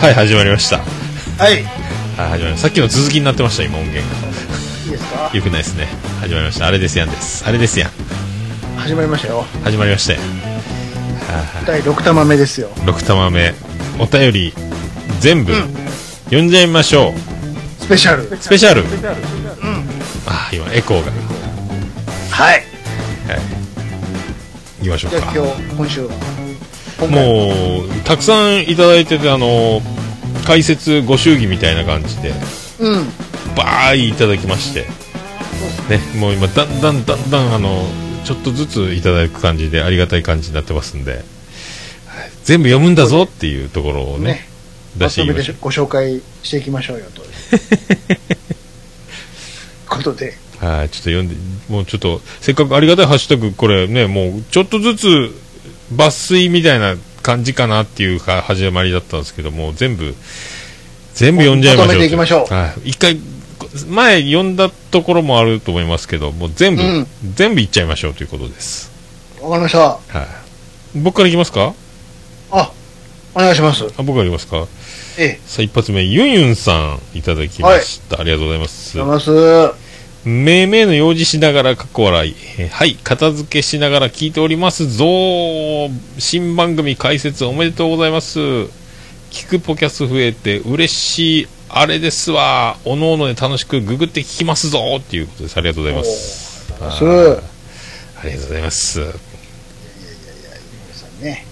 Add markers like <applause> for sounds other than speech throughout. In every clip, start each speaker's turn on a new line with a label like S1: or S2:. S1: はい始まりましたは
S2: はい。い
S1: い始まりましたさっきの続きになってました今音源
S2: いですか
S1: がよくないですね始まりましたあれですやんですあれですやん
S2: 始まりましたよ。
S1: 始まりましたよ
S2: 第6玉目ですよ。
S1: 6玉目お便り全部、読んじゃいましょう
S2: スペシャル。
S1: スペシャル、あー今エコーが
S2: はい。
S1: いきましょう
S2: じゃ
S1: か
S2: あ今日、今週は。今回
S1: もうたくさんいただいててあの解説ご祝儀みたいな感じで
S2: うん。
S1: バーイいただきまして、ね、もう今だんだんだんだんあのちょっとずついただく感じでありがたい感じになってますんではい全部読むんだぞっていうところをね
S2: ね。ま
S1: 出して
S2: と
S1: い
S2: め
S1: きましてょ
S2: ご紹介していきましょうよ、という。 <laughs> ことで。
S1: うはいちょっと読んでもうちょっとせっかくありがたいハッシュタグこれねもうちょっとずつ抜粋みたいな感じかなっていうか始まりだったんですけどもう全部全部読んじゃいましょう
S2: まとめていきましょう
S1: はい、一回前読んだところもあると思いますけどもう全部、
S2: うん
S1: 全部いっちゃいましょうということです
S2: わかりました。
S1: はい。僕からいきますか
S2: あ、お願いします。
S1: あ僕からいきますか
S2: ええ。
S1: さあ、一発目、ユンユンさん、いただきました。ありがとうございます
S2: お。はようございます。
S1: めいめいの用事しながら、かっこ笑い。えーはい、片付けしながら聞いておりますぞー。新番組解説おめでとうございます。聞くポキャス増えて嬉しい、あれですわー。おのおので楽しくググって聞きますぞー。っていうことです。ありがとうございます。あ
S2: す
S1: ーありがとうございます。
S2: 皆さんね。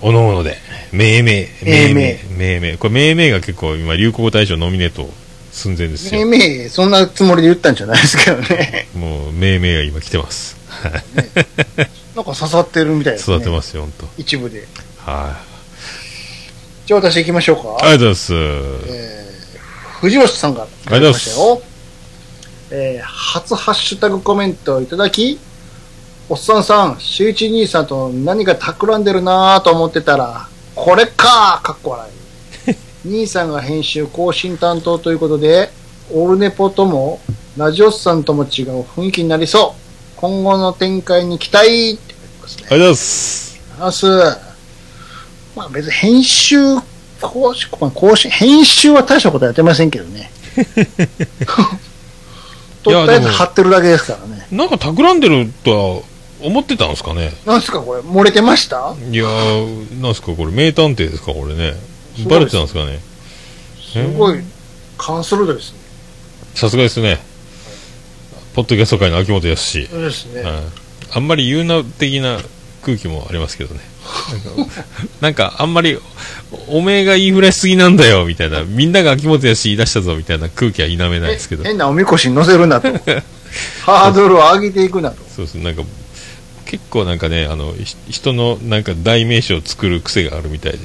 S1: おのおので、命名、
S2: 命名
S1: 命名、これ命名が結構今、流行語大賞ノミネート寸前です
S2: め
S1: よ。
S2: めそんなつもりで言ったんじゃないですけど
S1: <laughs>
S2: ね。
S1: もう命名が今来てます。
S2: なんか刺さってるみたいですね。。
S1: 育てますすよ、本当。
S2: 一部で。
S1: はい。
S2: じゃあ私行きましょうか。
S1: ありがとうございます。
S2: えー藤吉さんがいただきました
S1: あ
S2: よ。えー初ハッシュタグコメントをいただき、おっさんさん、シュイチ兄さんと何か企んでるなぁと思ってたら、これかーかっこ <laughs> 笑い。兄さんが編集更新担当ということで、オルネポとも、ラジオスさんとも違う雰囲気になりそう。今後の展開に期待ってことです
S1: あ。り
S2: ね
S1: がとうございます。
S2: ます。まあ別に編集、更新、まあ更新、編集は大したことやってませんけど
S1: <laughs>
S2: ね。
S1: いや
S2: とりあえ
S1: で
S2: ず
S1: も
S2: 貼ってるだけですからね。
S1: なんか企んでるとは思ってたんですかね
S2: なんすかこれ、漏れてました
S1: いやー、なんすかこれ、名探偵ですかこれね
S2: す。ご
S1: バ
S2: い
S1: レ
S2: で
S1: て
S2: す
S1: たんですかね
S2: すごい、関するですね。
S1: さすがですね。ポッドキャスト界の秋元康。
S2: そうですね。
S1: うんあんまり言うな的な空気もあります
S2: <laughs>
S1: けどね。なんか、あんまり、おおめえが言いふらしすぎなんだよ、みたいな。みんなが秋元康言い出したぞ、みたいな空気は否めないですけど。
S2: 変なおみこしに乗せ
S1: <laughs>
S2: るなと。ハードルを上げていくなと。
S1: そうそう、なんか、結構なんかね、あの、ひ人のなんか代名詞を作る癖があるみたいで。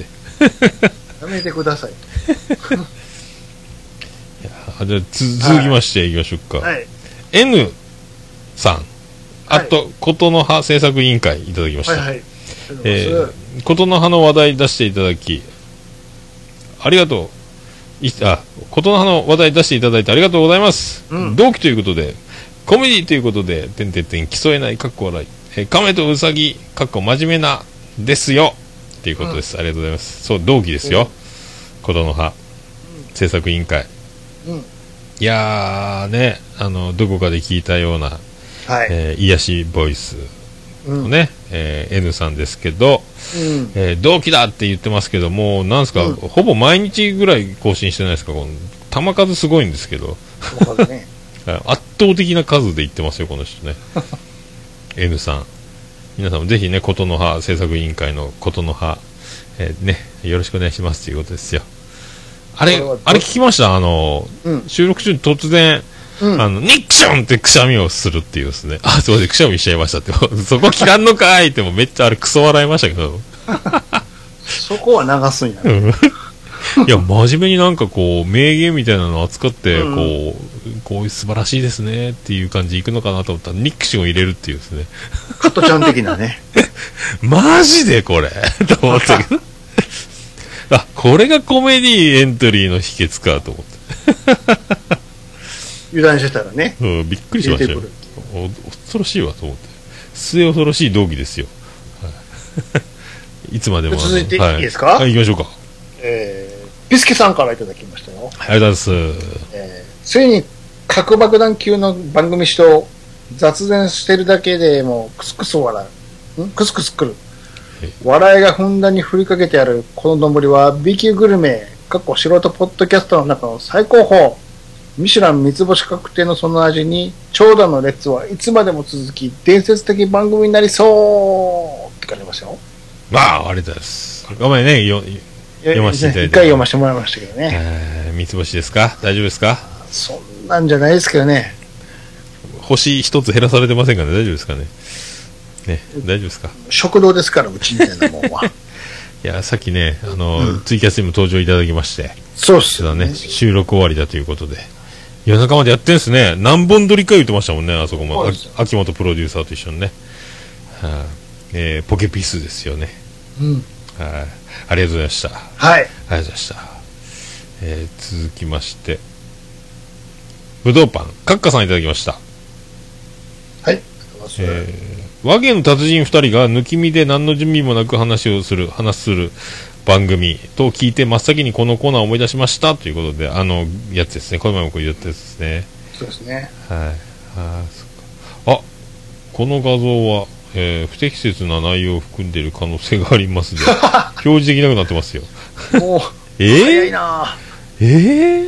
S2: やめてくださいと。
S1: あじゃあ、つ続きましていきましょうか。
S2: はい。
S1: N さん。あ
S2: はい
S1: と、ことの葉制作委員会いただきました。
S2: はいはい。
S1: えー、琴の葉の話題出していただき、ありがとう。いあ、琴の葉の話題出していただいてありがとうございます。
S2: うん
S1: 同期ということで、コメディということで、てんてんてん、競えない、かっこ笑い。えー亀とウサギ、かっこ真面目な、ですよ。っていうことです、ありがとうございます。そう、同期ですよ。琴の葉、制作委員会。
S2: うん
S1: いやーね、あの、どこかで聞いたような、
S2: はい。
S1: えー癒しボイス
S2: うん
S1: の。ね、えー N さんですけど、
S2: うん
S1: えー同期だって言ってますけども、なんすか、
S2: うん
S1: ほぼ毎日ぐらい更新してないですか、この球数すごいんですけど、
S2: そうだね。
S1: あ圧倒的な数で言ってますよ、この
S2: <laughs>
S1: 人ね。N さん。皆さんもぜひね、ことの葉制作委員会のことの葉、えーね、よろしくお願いしますということですよ。あれ、
S2: これはど
S1: あれ聞きましたあの、
S2: うん。
S1: 収録中に突然、
S2: うん。
S1: あの、ニックションってくしゃみをするっていうですね。あ、すいません、くしゃみしちゃいましたって。 <laughs> そこ聞かんのかいって、もうめっちゃあれクソ笑いましたけど。
S2: そこは流すんや。 <laughs>
S1: うんいや、真面目になんかこう、名言みたいなの扱って、
S2: うん
S1: こう、こういう素晴らしいですねっていう感じいくのかなと思ったら、ニックションを入れるっていうですね。
S2: カットちゃん的なね。
S1: マジでこれ <laughs> と思ったけど。 <laughs> あ、これがコメディエントリーの秘訣かと思って。
S2: 油断してたらね。
S1: うん、びっくりしましたよ
S2: 入れて。
S1: お恐ろしいわと思って。末恐ろしい同期ですよ。はい <laughs> いつまでもあの。
S2: 続いていいですか
S1: はい、はい行きましょうか。
S2: えー、ビスケさんからいただきましたよ。
S1: ありがとうございます。
S2: えーついに核爆弾級の番組史と雑談してるだけでもうクスクス笑う。んクスクスくる
S1: え。
S2: 笑いがふんだんに振りかけてあるこの丼は B 級グルメ、過去素人ポッドキャストの中の最高峰。ミシュラン三つ星確定のその味に、長蛇の列はいつまでも続き、伝説的番組になりそうって感じましたよ。
S1: まあ、ありがとうございます。ごめんね、よ、読ませていただいて
S2: 一回読ませてもらいましたけどね。
S1: えー三つ星ですか大丈夫ですか
S2: そんなんじゃないですけどね。
S1: 星一つ減らされてませんかね大丈夫ですかねね、大丈夫ですか
S2: 食堂ですから、うちみたいなもんは。
S1: いや、さっきね、あの、ツイキャスにも登場いただきまして、
S2: そうっす
S1: <laughs> そうだね、収録終わりだということで。夜中までやってんすね。何本撮りか言ってましたもんね、あそこも。
S2: そう
S1: あ
S2: ですよ
S1: 秋元プロデューサーと一緒にね。はいえーポケピスですよね。
S2: うん。
S1: はいありがとうございました。あ
S2: はい。
S1: りがとうございました。えー続きまして、ぶどうパン、カッカさんいただきました。
S2: はい。
S1: えー和芸の達人2人が抜き身で何の準備もなく話をする話する番組と聞いて真っ先にこのコーナーを思い出しましたということであのやつですねこの前もこう言ったやつですね
S2: そうですね。
S1: はいあーそっかあこの画像は、えー不適切な内容を含んでいる可能性がありますで表示できなくなってますよ
S2: もう、
S1: え
S2: 早い
S1: ー、
S2: な
S1: え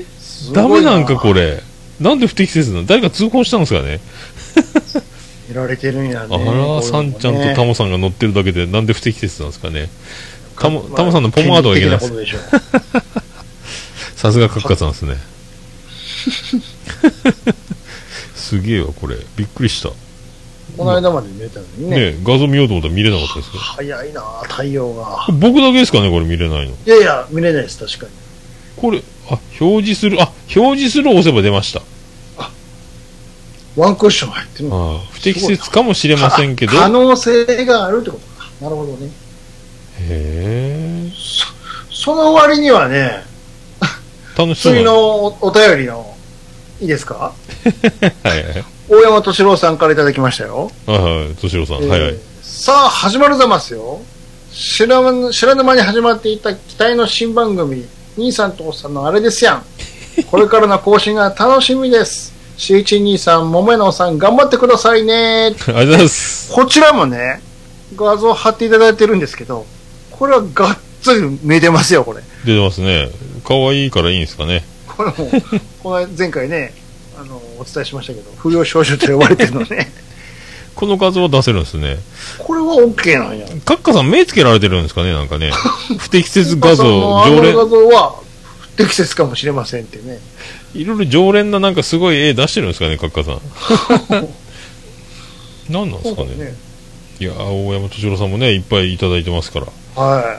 S1: ー、ダメなんかこれなんで不適切なの誰か通報したんですかね
S2: れ。いられてるんやね。
S1: あら、さんちゃんとタモさんが乗ってるだけで、なんで不適切なんですかね。タモ、タモさんのポマードはいけないです。
S2: でしょう。
S1: さすがカッカさんで
S2: <laughs>
S1: すね。すげえわ、これ。びっくりした。
S2: この間まで見れたのにね。
S1: ねえ画像見ようと思ったら見れなかったですけど。
S2: 早いな太陽が。
S1: これ僕だけですかね、これ見れないの。
S2: いやいや、見れないです、確かに。
S1: これ、あ、表示する、あ、表示するを押せば出ました。
S2: ワンクッション入ってるの。
S1: ああ不適切かもしれませんけど。
S2: 可
S1: へ
S2: 能性があるってことか。なるほどね。
S1: え。
S2: その割にはね、
S1: 楽しそう
S2: 次
S1: な。
S2: のおお便りの、いいですか
S1: はいはい。
S2: 大山敏郎さんからいただきましたよ。
S1: はいはい。敏郎さん。はいは
S2: えー
S1: い。
S2: さあ、始まるざますよ。知らぬ、知らぬ間に始まっていた期待の新番組、兄さんとおっさんのあれで
S1: <laughs>
S2: すやん。これからの更新が楽しみです。し一兄さん、もめのさん、頑張ってくださいね。
S1: ありがとうございます。
S2: こちらもね、画像貼っていただいてるんですけど、これはがっつり見えてますよ、これ。
S1: 出てますね。可愛いからいいんですかね。
S2: これも、
S1: <laughs>
S2: この前回ね、あの、お伝えしましたけど、不良少女と呼ばれてるのね。
S1: この画像は出せるんですね。
S2: これは OK なんや。
S1: カッカさん目つけられてるんですかねなんか <laughs> ね。不適切画像、
S2: あ
S1: 常
S2: の
S1: 連、
S2: 画像は不適切かもしれませんってね。
S1: いろいろ常連ななんかすごい絵出してるんですかねカッカさ <laughs> ん。何なんですかね。いや、大山敏郎さんもね、いっぱいいただいてますから。
S2: は
S1: はい、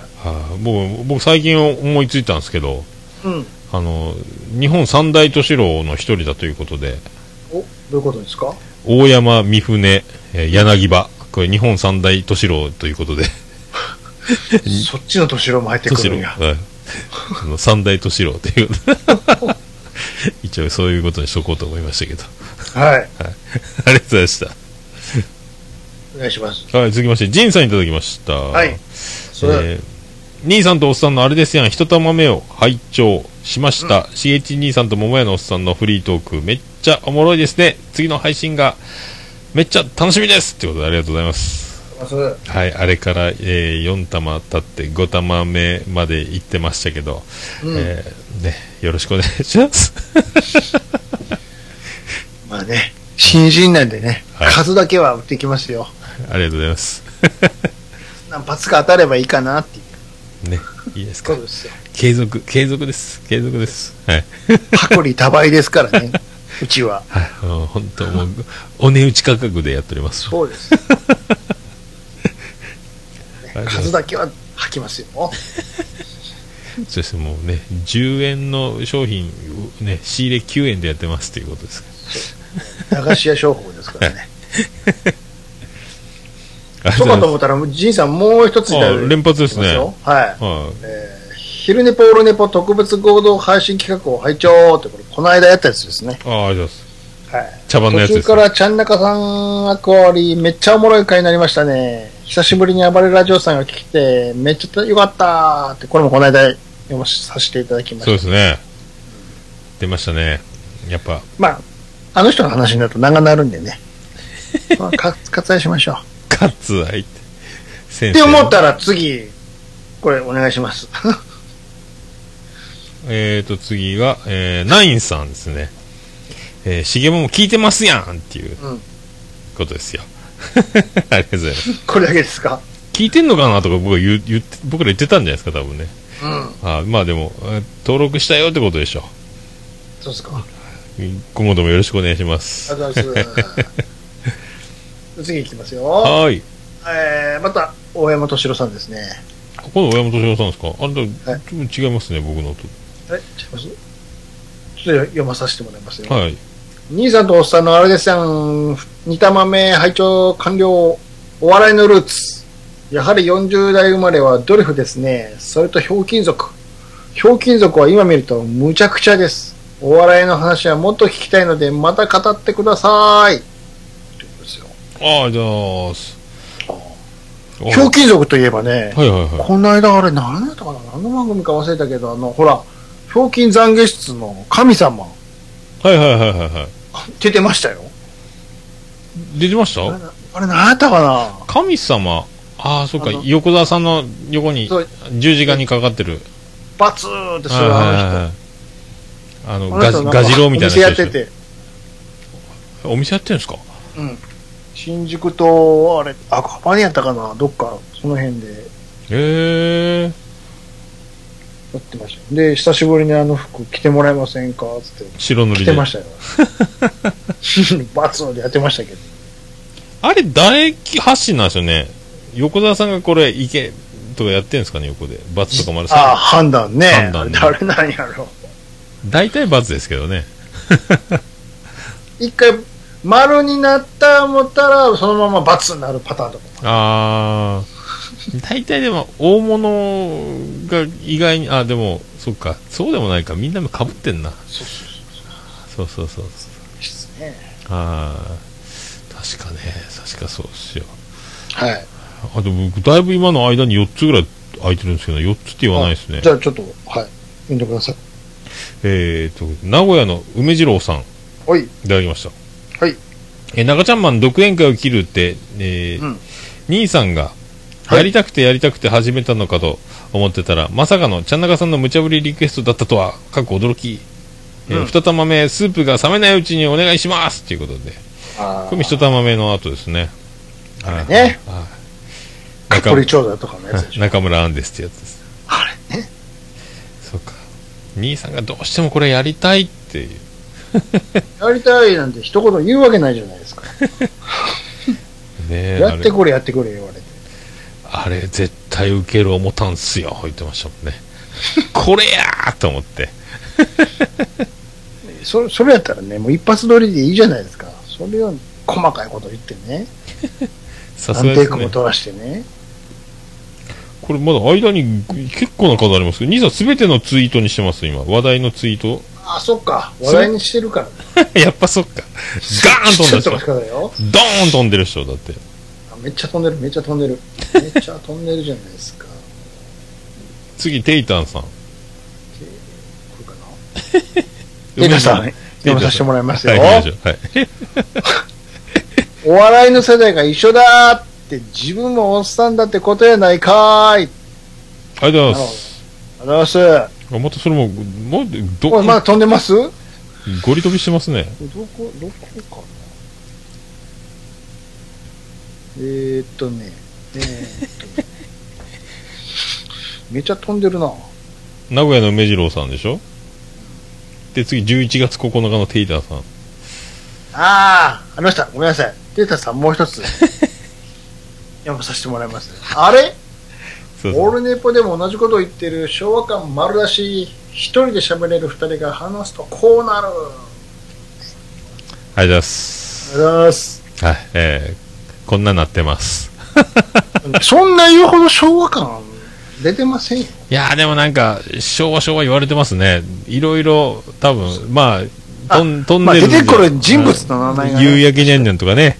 S1: 僕、僕最近思いついたんですけど、
S2: い。うん。
S1: あの、日本三大都市郎の一人だということで、
S2: お、どういうことですか
S1: 大山、三船、えー柳葉。これ日本三大都市郎ということで。
S2: そっちの年郎も入って
S1: と
S2: く
S1: し
S2: る
S1: ろ
S2: んや。
S1: はいあの三大敏郎っていう <laughs> 一応そういうことにしとこうと思いましたけど <laughs>
S2: はい。
S1: ありがとうございました
S2: お願いします。
S1: はい続きましてジンさんいただきました
S2: はい。それ、
S1: えー兄さんとおっさんのあれですやん一玉目を拝聴しました、しげち兄さんと桃屋のおっさんのフリートークめっちゃおもろいですね次の配信がめっちゃ楽しみですということでありがとうございます
S2: それ
S1: はい、あれから、え4玉経って5玉目まで行ってましたけど、
S2: うん
S1: えーね、よろしくお願いします。
S2: まあね、新人なんでね、
S1: はい
S2: 数だけは打っていきますよ。
S1: ありがとうございます。
S2: 何発か当たればいいかなっていう。
S1: ね、いいですか <laughs>
S2: すよ。
S1: 継続、継続です。継続です。はい。
S2: 薄利多売ですか
S1: <laughs>
S2: らね、うちは。
S1: はい、あの本当もう、お値打ち価格でやっております。
S2: そうです。ね
S1: はい
S2: <laughs> 数だけは吐きますよ。
S1: <laughs> そしてもうね、10円の商品、ね、仕入れ9円でやってますということです。
S2: 駄菓子屋商法ですからね。
S1: ありがと
S2: そうう
S1: ござい
S2: かと
S1: ま
S2: 思ったら、ジンさんもう一ついただいて
S1: あ連発ですね
S2: ますよはい。
S1: す。は
S2: えー昼寝ポールネポ特別合同配信企画を拝聴ってこれ、この間やったやつですね。
S1: い。ああ、ありがとうございます。
S2: はい。
S1: 茶番のやつ
S2: 途
S1: で
S2: 中
S1: すね、
S2: からちゃんなかさんが加わり、めっちゃおもろい回になりましたね。久しぶりに暴れラジオさんが来て、めっちゃ良かったって、これもこの間や読まさせていただきま
S1: そう
S2: し
S1: で
S2: た。
S1: すね。出ましたね。やっぱ、
S2: まあ、あの人の話になると長なるんで
S1: <laughs>
S2: ね。まあ、か割愛しましょう。
S1: カッツアイって。 <laughs> 先
S2: っ
S1: 生
S2: て
S1: の。
S2: 思ったら次、これお願いします。 <laughs>
S1: えーと、次が、えー、ナインさんですね。えー、しげもも聞いてますやんっていう
S2: うん
S1: ことですよ。 <laughs> ありがとうございます。
S2: これだけですか
S1: 聞いてんのかなとか僕は言う言って、僕ら言ってたんじゃないですか、多分ね。
S2: うん。
S1: あーまあでも、えー登録したよってことでしょ。
S2: そうですか。あ
S1: 今後ともよろしくお願いします。
S2: りがとうござい
S1: <laughs>
S2: ます。次いきますよ。
S1: はーい。
S2: えー、また、大山敏郎さんですね。
S1: ここの小山敏郎さんですかあれだ、
S2: はい
S1: ちょっと違いますね、僕の
S2: え、違いますちょっと読まさせてもらいますよ。
S1: と。はい。
S2: 兄さんとおっさんのあれですやん。二玉目、拝聴完了。お笑いのルーツ。やはり40代生まれはドリフですね。それと、ひょうきん族。ひょうきん族は今見るとむちゃくちゃです。お笑いの話はもっと聞きたいので、また語ってください。ということですよ
S1: ああ、じゃあ、すあ
S2: ひょうきん族といえばね、
S1: はいはいはい。
S2: この間あれ何だったかな何の番組か忘れたけど、あの、ほら、ひょうきん懺悔室の神様、
S1: はいはいはいはいは
S2: 出てましたよ。
S1: い。出てまし
S2: あれ
S1: た
S2: あれ何やったかな
S1: 神様、ああ、そっか
S2: あの、
S1: 横澤さんの横に
S2: そう
S1: 十字架にかかってる。
S2: バツーってす
S1: はい
S2: る
S1: はい
S2: あの人
S1: はいはい。あの、ガジ
S2: あの人なんか
S1: ガジロウみたいな
S2: お店やっ
S1: 人
S2: て
S1: で
S2: て、
S1: しょお店やってるんですか
S2: うん、新宿と、あれ、あ、カパニやったかな、どっか、その辺で
S1: へえ。
S2: やってましたよ。で、久しぶりにあの服着てもらえませんかつって、
S1: 白塗り
S2: 着
S1: で
S2: て。
S1: <laughs>
S2: ましたよ。バツーでやってましたけど。
S1: あれ、誰発信なんですよね。横澤さんがこれ、いけとかやってるんですかね、横で。罰とかもある
S2: ああ、
S1: さ。
S2: 判断ね。
S1: 判断ね
S2: あれ、あれなんやろう。
S1: 大体罰ですけどね。
S2: 一回、丸になった思ったら、そのままバツになるパターンとか。
S1: ああ。大体でも、大物が意外に、あ、でも、そっか、そうでもないか、みんなも被ってんな。
S2: そうそ
S1: そ
S2: うそ
S1: うそうそう。
S2: う。ですね。
S1: ああ。確かね、確かそうっすよ。
S2: はい。
S1: あと僕、だいぶ今の間に4つぐらい空いてるんですけど、4つって言わないですね
S2: じ。ゃあちょっと、はい。読んでください。
S1: えーと、名古屋の梅次郎さん、い
S2: おい。
S1: ただきました。
S2: はい。
S1: えー、中ちゃんマン独演会を切るって、えー
S2: うん
S1: 兄さんが、
S2: はい
S1: やりたくてやりたくて始めたのかと思ってたら、まさかのちゃんなかさんの無茶ぶりリクエストだったとは、かっこ驚き。えー
S2: うん
S1: 二玉目、スープが冷めないうちにお願いしますということで、
S2: あ
S1: これ一玉目の後ですね。はい
S2: ね。
S1: はい
S2: カ
S1: 中
S2: ポリ長者とかのやつでしょ。
S1: 中村アンデスってやつです。
S2: あれね。
S1: そうか。兄さんがどうしてもこれやりたいっていう。
S2: やりたいなんて一言言うわけないじゃないですか。
S1: ねえ
S2: やってこれやってこれ言われて。
S1: あれ、あれ絶対受ける思ったんすよ、言ってましたもん
S2: <laughs>
S1: ね。これやーと思って。
S2: そそれやったらね、もう一発撮りでいいじゃないですか。それを細かいこと言ってね。
S1: さすが
S2: 何
S1: で
S2: テイ
S1: す
S2: クも
S1: ね。
S2: 取らしてね。
S1: これまだ間に結構な数ありますけど、兄さんすべてのツイートにしてます、今。話題のツイー
S2: <laughs>
S1: ト。
S2: あ、そっか。話題にしてるから。
S1: やっぱそっか。ガーン飛ん
S2: ちょ
S1: だ
S2: っ
S1: 人
S2: と待っ。てくださいよ。
S1: ドーン飛んでる人だって。
S2: あめっちゃ飛んでる、めっちゃ飛んでる。めっちゃ飛んでるじゃないですか。こ
S1: 次、テイタンさん。
S2: れかな。テイタさん、読まさせてもらいますよ。
S1: はい、行きましょうはい。
S2: お笑いの世代が一緒だーって、自分もおっさんだってことやないかーい。
S1: ありがとうございます。
S2: ありがとうございます。
S1: あまたそれも、もう、ど
S2: こ
S1: こ
S2: れ、まだ飛んでますど
S1: ゴリ飛びしてますね。
S2: こ、どこかな。えー、っとね、えー、っとね。 <laughs> めっちゃ飛んでるな。
S1: 名古屋の梅次郎さんでしょで、次、11月9日のテイターさん。
S2: ああ、あの人、ごめんなさい。データさん、もう一 <laughs> つ。読まさせてもらいます。あれ
S1: そう
S2: オ
S1: そ
S2: ー
S1: う
S2: ルネポでも同じことを言ってる昭和感丸出し、一人で喋れる二人が話すとこうなる。ありがとう
S1: ありがとうございます。
S2: ございます。
S1: はい、えー、こんななってます。
S2: そんな言うほど昭和感出てませんよ。
S1: いやーでもなんか、昭和昭和言われてますね。いろいろ、多分まあ、とん飛ん
S2: まあ、
S1: でる
S2: 出
S1: んで。
S2: てくる人物の名前が、
S1: はい夕焼けにゃんにゃんとかね。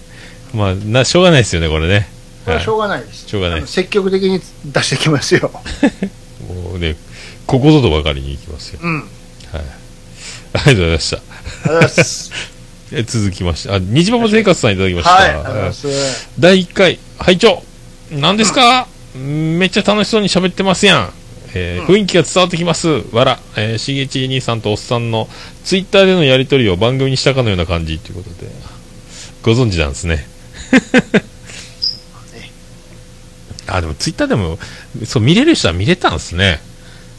S1: まあ、な、しょうがないですよね、これね。
S2: これ
S1: は
S2: はしょうがないです。
S1: しょうがない
S2: あの積極的に出してきますよ。
S1: い。もうね、ここぞとばかりに行きますよ。
S2: うん。あり
S1: ありがとうございました。
S2: がとうございます。
S1: え続きまして、あ、日馬も生活さんいただきました。
S2: はい、ありがとうございます。
S1: 第1回、拝聴何ですか、めっちゃ楽しそうに喋ってますやん。えー
S2: うん
S1: 雰囲気が伝わってきます。わら。えー、しげち兄さんとおっさんのツイッターでのやりとりを番組にしたかのような感じということで、ご存知なんですね。あ、でもツイッターでも、そう、見れる人は見れたんですね。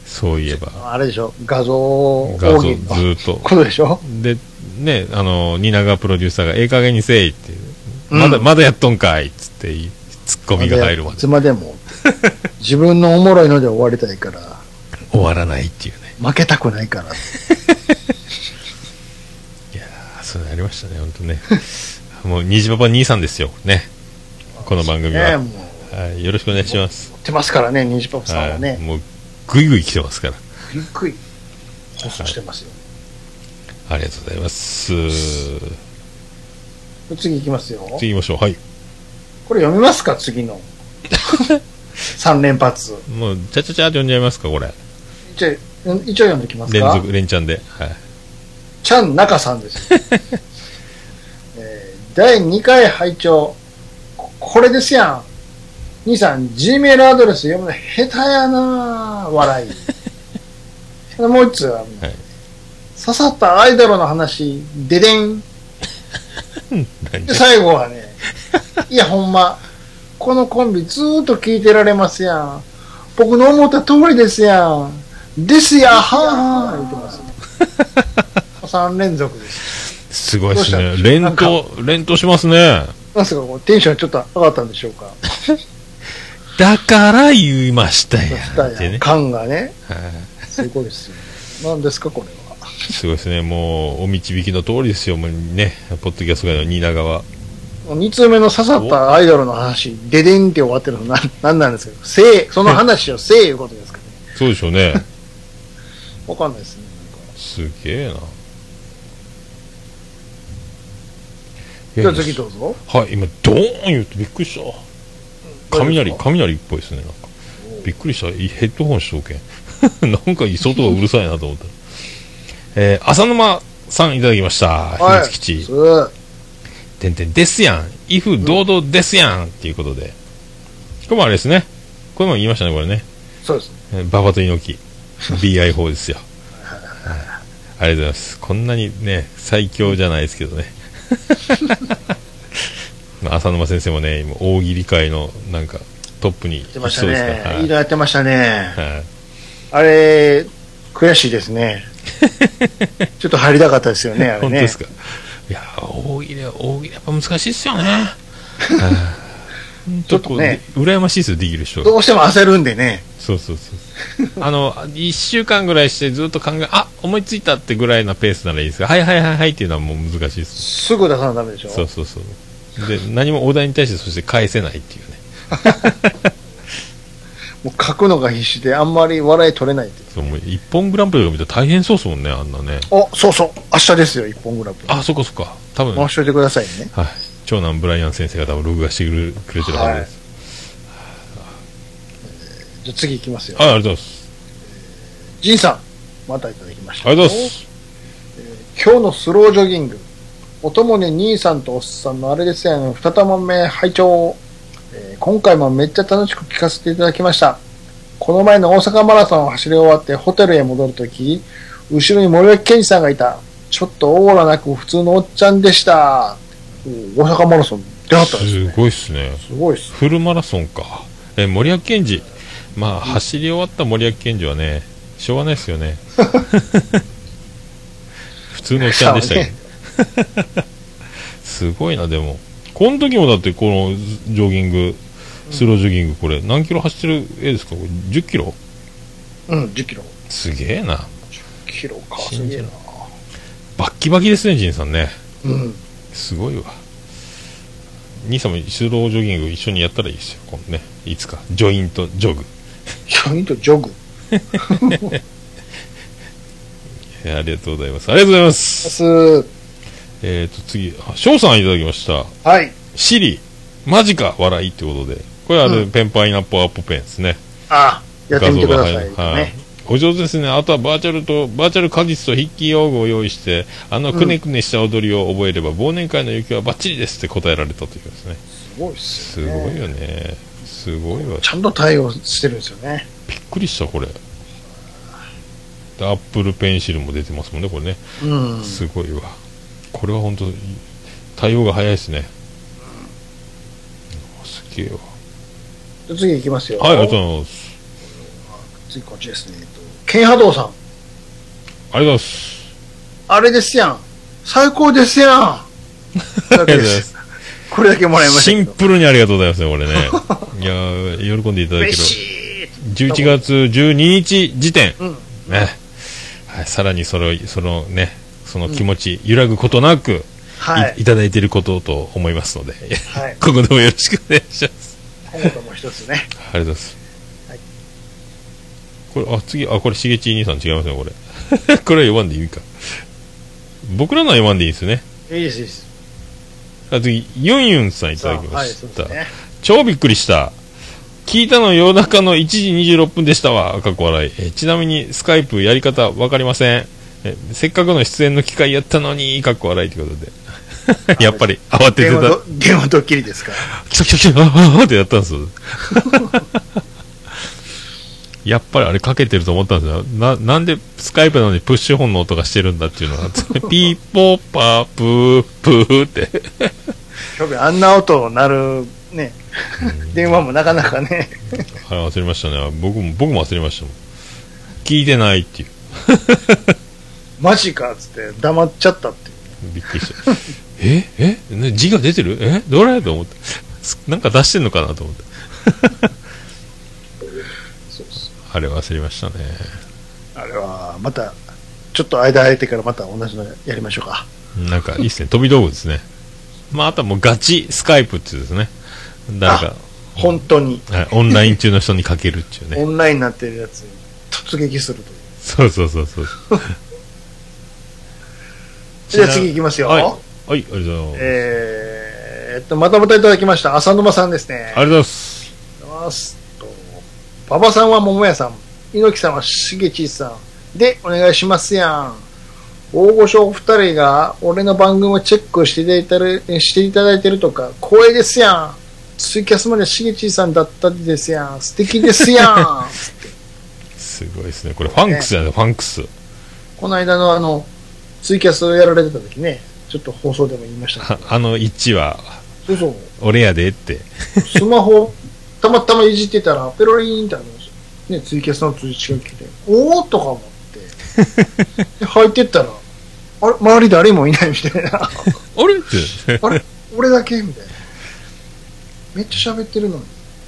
S1: そういえば。
S2: あれでしょ画像大
S1: 画像ず
S2: 喜利の
S1: ーっと。
S2: ことでしょ
S1: で、ね、あの、蜷川プロデューサーが、ええ加減にせいっていう、
S2: うん
S1: まだ、まだやっとんかいっつって、ツッコミが入るま
S2: い
S1: で
S2: つまで
S1: <laughs>
S2: も、自分のおもろいので終わりたいから、
S1: 終わらないっていうね。
S2: 負けたくないから。
S1: あそういうのありましたね、本当ね。 <laughs> もう、虹パパ兄さんですよ、ね。この番組
S2: ね
S1: は。
S2: もう、
S1: はい、よろしくお願いします。
S2: 追ってますからね、ニジパパさん
S1: は、
S2: はいね、
S1: もう、ぐいぐい来てますから。
S2: ゆっくり放送してますよ。
S1: ありがとうございます。
S2: 次行きますよ。
S1: 次行きましょう。はい。
S2: これ読みますか、次の。3連発。
S1: もう、ちゃちゃちゃって呼んじゃいますか、これ。
S2: 一応、うん一応読んできます
S1: 連
S2: か。
S1: 続、連チャンで。はい。
S2: ちゃん中さんです。 <laughs> えー第2回拝聴ここれですやん。兄さん、G メールアドレス読むの下手やなぁ笑い。もう一つ、刺さったアイドルの話、ででん。
S1: 何
S2: で、
S1: <laughs>
S2: 最後はね、いや、ほんま、このコンビずーっと聞いてられますやん。僕の思った通りですやん。ですや、はーはー言ってます。3
S1: <laughs>
S2: 連続です。
S1: すごいです
S2: どう
S1: ね。
S2: した
S1: 連投、連投しますね。
S2: なんすか、こうテンションちょっと上がったんでしょうか。
S1: だから言いました
S2: そ
S1: や
S2: し
S1: ん。ったて
S2: や
S1: ね
S2: ん、。感がね、
S1: はい
S2: すごいですよ。何ですか、これは。
S1: すごいですね。もう、お導きの通りですよ。もうね、ポッドキャスト界の蜷川。
S2: 2通目の刺さったアイドルの話、ででんって終わってるのな、なんなんですかせい、その話をせいいうことですかね。
S1: そうでしょうね。
S2: わかんないですね。なんか
S1: すげえな。
S2: じゃあ次どうぞ。
S1: はい、今、ドーン言ってびっくりした。雷、雷っぽいですね。なんかびっくりした。いヘッドホンしとけ <laughs> ん。なんか、外がうるさいなと思った。えー、浅沼さんいただきました。秘密基地。
S2: すー
S1: てんてんですやん、威風堂々ですやんっていうことで、これもあれですね、これも言いましたね、これね、
S2: そうですね。
S1: えー馬場と猪
S2: <laughs>
S1: 木、BI 法ですよ、はいありがとうございます、こんなにね、最強じゃないですけど
S2: <laughs>
S1: ね、まあ浅沼先生もね、今大喜利界のなんかトップにい
S2: やっ
S1: そ
S2: て
S1: う
S2: ま
S1: で
S2: し
S1: す
S2: た
S1: か
S2: ね。
S1: ら、はい
S2: い
S1: い
S2: のやってましたね。
S1: はい
S2: あれ、悔しいで
S1: <laughs>
S2: すね。ちょっと入りたかったですよね、あれね。
S1: 本当ですか、いやー、大喜利は、大喜利やっぱ難しいっす
S2: <laughs>
S1: よね。ち
S2: ょっとね、
S1: 羨ましいですよ、できる人が
S2: どうしても焦るんでね。
S1: そうそうそう <laughs> そう。あの、1週間ぐらいしてずっと考え、あ思いついたってぐらいなペースならいいですが、はいはいはいはいっていうのはもう難しいです。
S2: すぐ出さなダメでしょ。
S1: そうそうそう。で、何もお題に対してそして返せないっていうね。
S2: もう書くのが必死で、あんまり笑い取れないっていう。
S1: そうもう一本グランプリとか見たら大変そうですもんね、あんなね。
S2: お、そうそう。明日ですよ、一本グラブ。
S1: あ、そっかそっか。多分、は
S2: 回
S1: い。
S2: しといてくださいね。
S1: 長男ブライアン先生が多分録画してくれくれてるはずです。
S2: じゃあ次行きますよ。
S1: はい、ありがとうございます。
S2: ジンさん、またいただきました。
S1: ありがとうございます。
S2: 今日のスロージョギング、おともに兄さんとおっさんのあれですやん、二玉目拝聴、えー今回もめっちゃ楽しく聞かせていただきました。この前の大阪マラソンを走り終わってホテルへ戻るとき、後ろに森脇健児さんがいた。ちょっとオーラなく普通のおっちゃんでした。うん大阪マラソン出はったんです
S1: す
S2: ね。
S1: ごいっすね。
S2: すごいっす。
S1: フルマラソンか。え、森脇健児。まあ、走り終わった森脇健児はね、しょうがないですよね。普通のおっちゃんでしたけど。すごいな、でも。この時もだって、このジョギング、スロージョギング、これ、何キロ走ってる絵ですかこれ ?10 キロ
S2: うん、10キロ。
S1: すげえな。
S2: キロか、す
S1: 信
S2: げ
S1: じ
S2: え
S1: ら
S2: な
S1: れ。バッキバキですね、ジンさんね。
S2: うん。
S1: すごいわ。兄さんもスロージョギング一緒にやったらいいですよ、今度ね。いつか。ジョイント、ジョグ。
S2: ジョギングとジョグ。
S1: えーありがとうございます。ありがとうございます。えっ、と、次、あ翔さんいただきました。
S2: はい。
S1: シリ、マジか、笑いってことで。これは、あれ
S2: う
S1: ペンパイナップルアップペンですね。
S2: あ、やってみてください、ね。
S1: 画像が入るはいお上手ですね。あとはバーチャルと、バーチャル果実と筆記用具を用意して、あのくねくねした踊りを覚えれば、忘年会の雪はバッチリですって答えられたというですね。
S2: すごいっす
S1: す
S2: よ、ね。
S1: ごいよね。すごいわ。
S2: ちゃんと対応してるんですよね。
S1: びっくりした、これ。でアップルペンシルも出てますもんね、これね。
S2: うん。
S1: すごいわ。これは本当に対応が早いですね。すげえわ。
S2: 次行きますよ。
S1: はい、ありがとうございます。
S2: 次こっちですね。えっと、ケンハドウさん。
S1: ありがとうございます。
S2: あれですやん。最高ですやん。ありが
S1: とうございます。
S2: <laughs> これだけもらいました
S1: シ
S2: け
S1: ン
S2: ど。
S1: プルにありがとうございますね、こ
S2: <laughs>
S1: れね。いやー喜んでいただけ
S2: 嬉
S1: る。
S2: しい。
S1: 11月12日時点。
S2: うん。
S1: ね。はい、さらにそれを、そのね、その気持ち、揺らぐことなく、、
S2: はいい。
S1: いただいていることと思いますので、 <laughs>
S2: はい。
S1: ここでもよろしくお願いします。
S2: 今度も一つね。
S1: ありがとうございます。
S2: はい
S1: これ、あ、次、あ、これ、しげち兄さん違いますね、これ。 <laughs> これは読まんでいいか。僕らのは読まんでいいですね。
S2: いいです、いいです。
S1: あ次、ユンユンさんいただ
S2: さ
S1: き
S2: あ、
S1: ま
S2: はい、
S1: し
S2: そうで
S1: た。
S2: すね。
S1: 超びっくりした聞いたの夜中の1時26分でしたわ過去笑いえちなみにスカイプやり方わかりませんえせっかくの出演の機会やったのに過去笑いということで <laughs> やっぱり慌てて
S2: 電話
S1: た
S2: ど、電話ドッキリですから。
S1: キャキャキャああってやったんですよやっぱりあれかけてると思ったんですよななんでスカイプなのにプッシュホンの音がしてるんだっていうのがピーポーパープープーって
S2: 特にあんな音鳴る、ね、電話もなかなかね。
S1: はい、忘れましたね。僕も、僕も忘れましたもん。聞いてないっていう。
S2: マジかっつって黙っちゃったっていう。
S1: びっくりした。ええね字が出てるえどれと思って。すなんか出してんのかなと思って。
S2: そうです。
S1: あれ忘れましたね。
S2: あれは、また、ちょっと間空いてからまた同じのやりましょうか。
S1: なんかいいっすね。飛び道具ですね。まあ、あとはもうガチスカイプっていうですね。誰か、
S2: 本当に、
S1: はいオンライン中の人にかけるっていうね
S2: オ。ンラインになってるやつに突撃するという。
S1: そうそうそうそう。
S2: じゃあ次行きますよ。
S1: はい。はい、ありがとうございます。
S2: えーっと、またまたいただきました。浅沼さんですね。
S1: ありがとうございます。
S2: ありがとうございます。と馬場さんは桃屋さん、猪木さんはしげちさん。で、お願いしますやん。大御所お二人が俺の番組をチェックしていただいてるしていただいてるとか、光栄ですやん。ツイキャスまでしげちさんだったですやん。素敵ですやん。
S1: すごいですね。これファンクスじゃない、ファンクス。
S2: この間のあの、ツイキャスをやられてた時ね、ちょっと放送でも言いました
S1: あ
S2: け
S1: あの1は、
S2: ど、そう
S1: 俺やでって。
S2: そう、スマホ、たまたまいじってたら、ペロリーンってあるんですよ。ね、ツイキャスの通知が来て、おーっとか思って、で入ってったら、あれ、周り誰もいないみたいな、 <laughs>
S1: あれって。
S2: あれ、俺だけみたいな。めっちゃ喋ってるのに。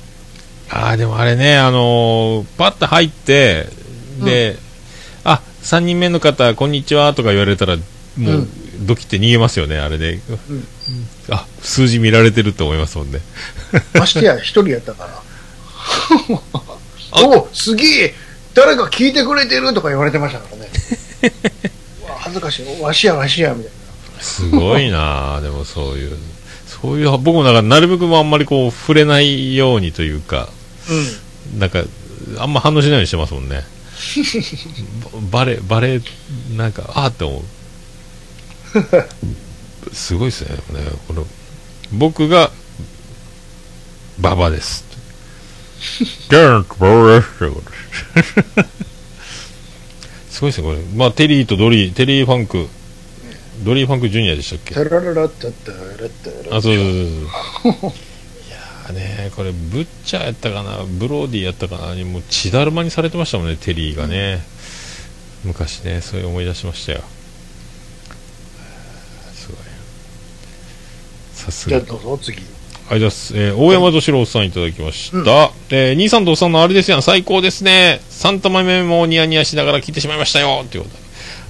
S1: <laughs> ああ、でもあれね、あのーパッと入って、で、あ、3人目の方、こんにちはとか言われたら、もう、
S2: うん
S1: ドキって逃げますよね、あれで。
S2: ん
S1: あ、数字見られてると思いますもんね。
S2: ましてや、一人やった <laughs> から。
S1: あ
S2: おーすげえ誰か聞いてくれてるとか言われてましたから <laughs> ね。うわ恥ずかしい。わしやわしや、みたいな。
S1: すごいなー <laughs> でもそういう。そういう、僕もなんか、なるべくもうあんまりこう、触れないようにというか、
S2: うん。
S1: なんか、あんま反応しないようにしてますもんね。 <laughs> ばバレ、バレ、なんか、ああって思う。 <laughs> すごいですね。ねこの僕が、ババです。ゲントババですすごいですね、これ。まあ、テリーとドリー、テリーファンク、ドリーファンクジュニアでしたっけ
S2: タラララッタタラッタラ
S1: あ、そうそうそうそう。 <laughs> いやーね、これ、ブッチャーやったかな、ブローディやったかな、もう血だるまにされてましたもんね、テリーがね。昔ね、そういう思い出しましたよ。すごい。さす
S2: じ
S1: が。
S2: ゃ
S1: あ
S2: あ
S1: りがとう
S2: どうぞ、次。
S1: ございます。えー大山敏郎さんいただきました。
S2: うん
S1: えー兄さんとおっさんのあれですやん、最高ですね。三玉目もニヤニヤしながら聞いてしまいましたよ、ということで。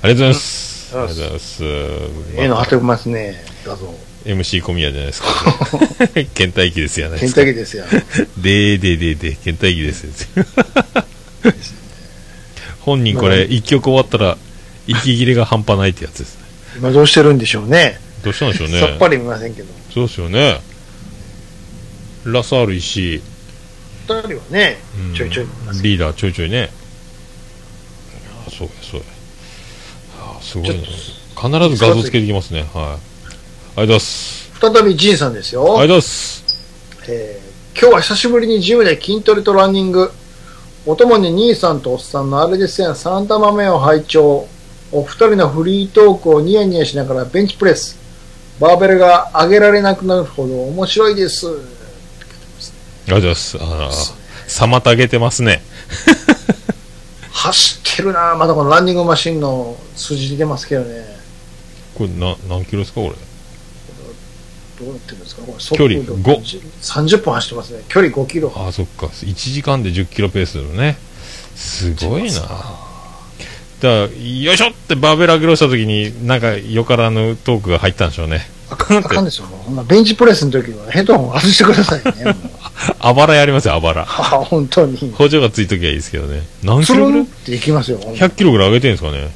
S1: ありがとうございます。
S2: うん
S1: ありがとうございます。
S2: 絵の果てますね。画像。
S1: MC 小宮じゃないですか。
S2: <laughs>
S1: 倦怠期ですよね。
S2: ケンタッキーですよ。
S1: でーでーでーでー、倦怠期です
S2: <laughs>
S1: よ。本人これ、一曲終わったら、息切れが半端ないってやつですね。
S2: 今どうしてるんでしょうね。
S1: どうしたんでしょうね。
S2: さっぱり見ませんけど。
S1: そうですよね。ラサール石井、
S2: 二人はね
S1: うん、
S2: ちょいちょい見ますけ
S1: リーダーちょいちょいね。そうやそうやあーすごい
S2: ちょ
S1: な
S2: っ
S1: 必ず画像付けできますねはいありがとうございます
S2: と、再びジンさんですよ。
S1: ありがとうございます
S2: えー今日は久しぶりにジムで筋トレとランニング。お供に兄さんとおっさんのあれですやん、3玉目を拝聴。お二人のフリートークをニヤニヤしながらベンチプレス。バーベルが上げられなくなるほど面白いです。
S1: ありがとうございますあー妨げてますね
S2: 走ってるなぁまだこのランニングマシンの数字出てますけどね。
S1: これな何キロですかこれ
S2: どうなってるんですかこれ
S1: 距離
S2: 速度30分走ってますね。距離5キロ。
S1: あーそっか1時間で1 0キロペースだよねすごいなだからよいしょってバーベル上げろした時になんかよからぬトークが入ったんでしょうね
S2: あかんあかんですよ。もうほんなベンチプレスの時はヘッドホン外してくださいね。もう
S1: あばらやりますよあばら
S2: はあ、本当に。
S1: 補助がついときゃいいですけどね何
S2: つ
S1: キロぐら
S2: るん
S1: い
S2: っていきますよ。
S1: 100キロぐらい上げてるんですかね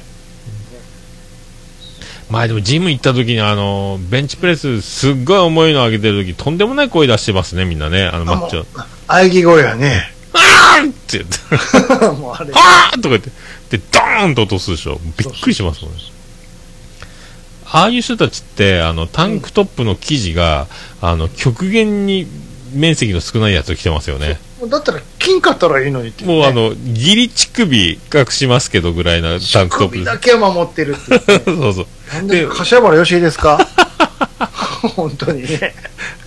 S1: 前でもジム行った時にあのベンチプレスすっごい重いの上げてる時とんでもない声出してますねみんなねあのマッチョ
S2: <laughs> 喘ぎ声はね、 <laughs>
S1: あーって言って
S2: もうあれ、
S1: はーとか言って、で、ドーンと落とすでしょ。びっくりしますもんね。ああいう人たちって、あの、タンクトップの生地が、あの、極限に面積の少ないやつを着てますよね。
S2: だったら金買ったらいいのにって、
S1: もうあ、の、ギリ乳首隠しますけどぐらいなタンクトップ
S2: 首
S1: で
S2: だけは守ってるって言って、
S1: す。 <laughs> そうそう。
S2: なんで柏原芳恵で
S1: <laughs>
S2: すか本当にね。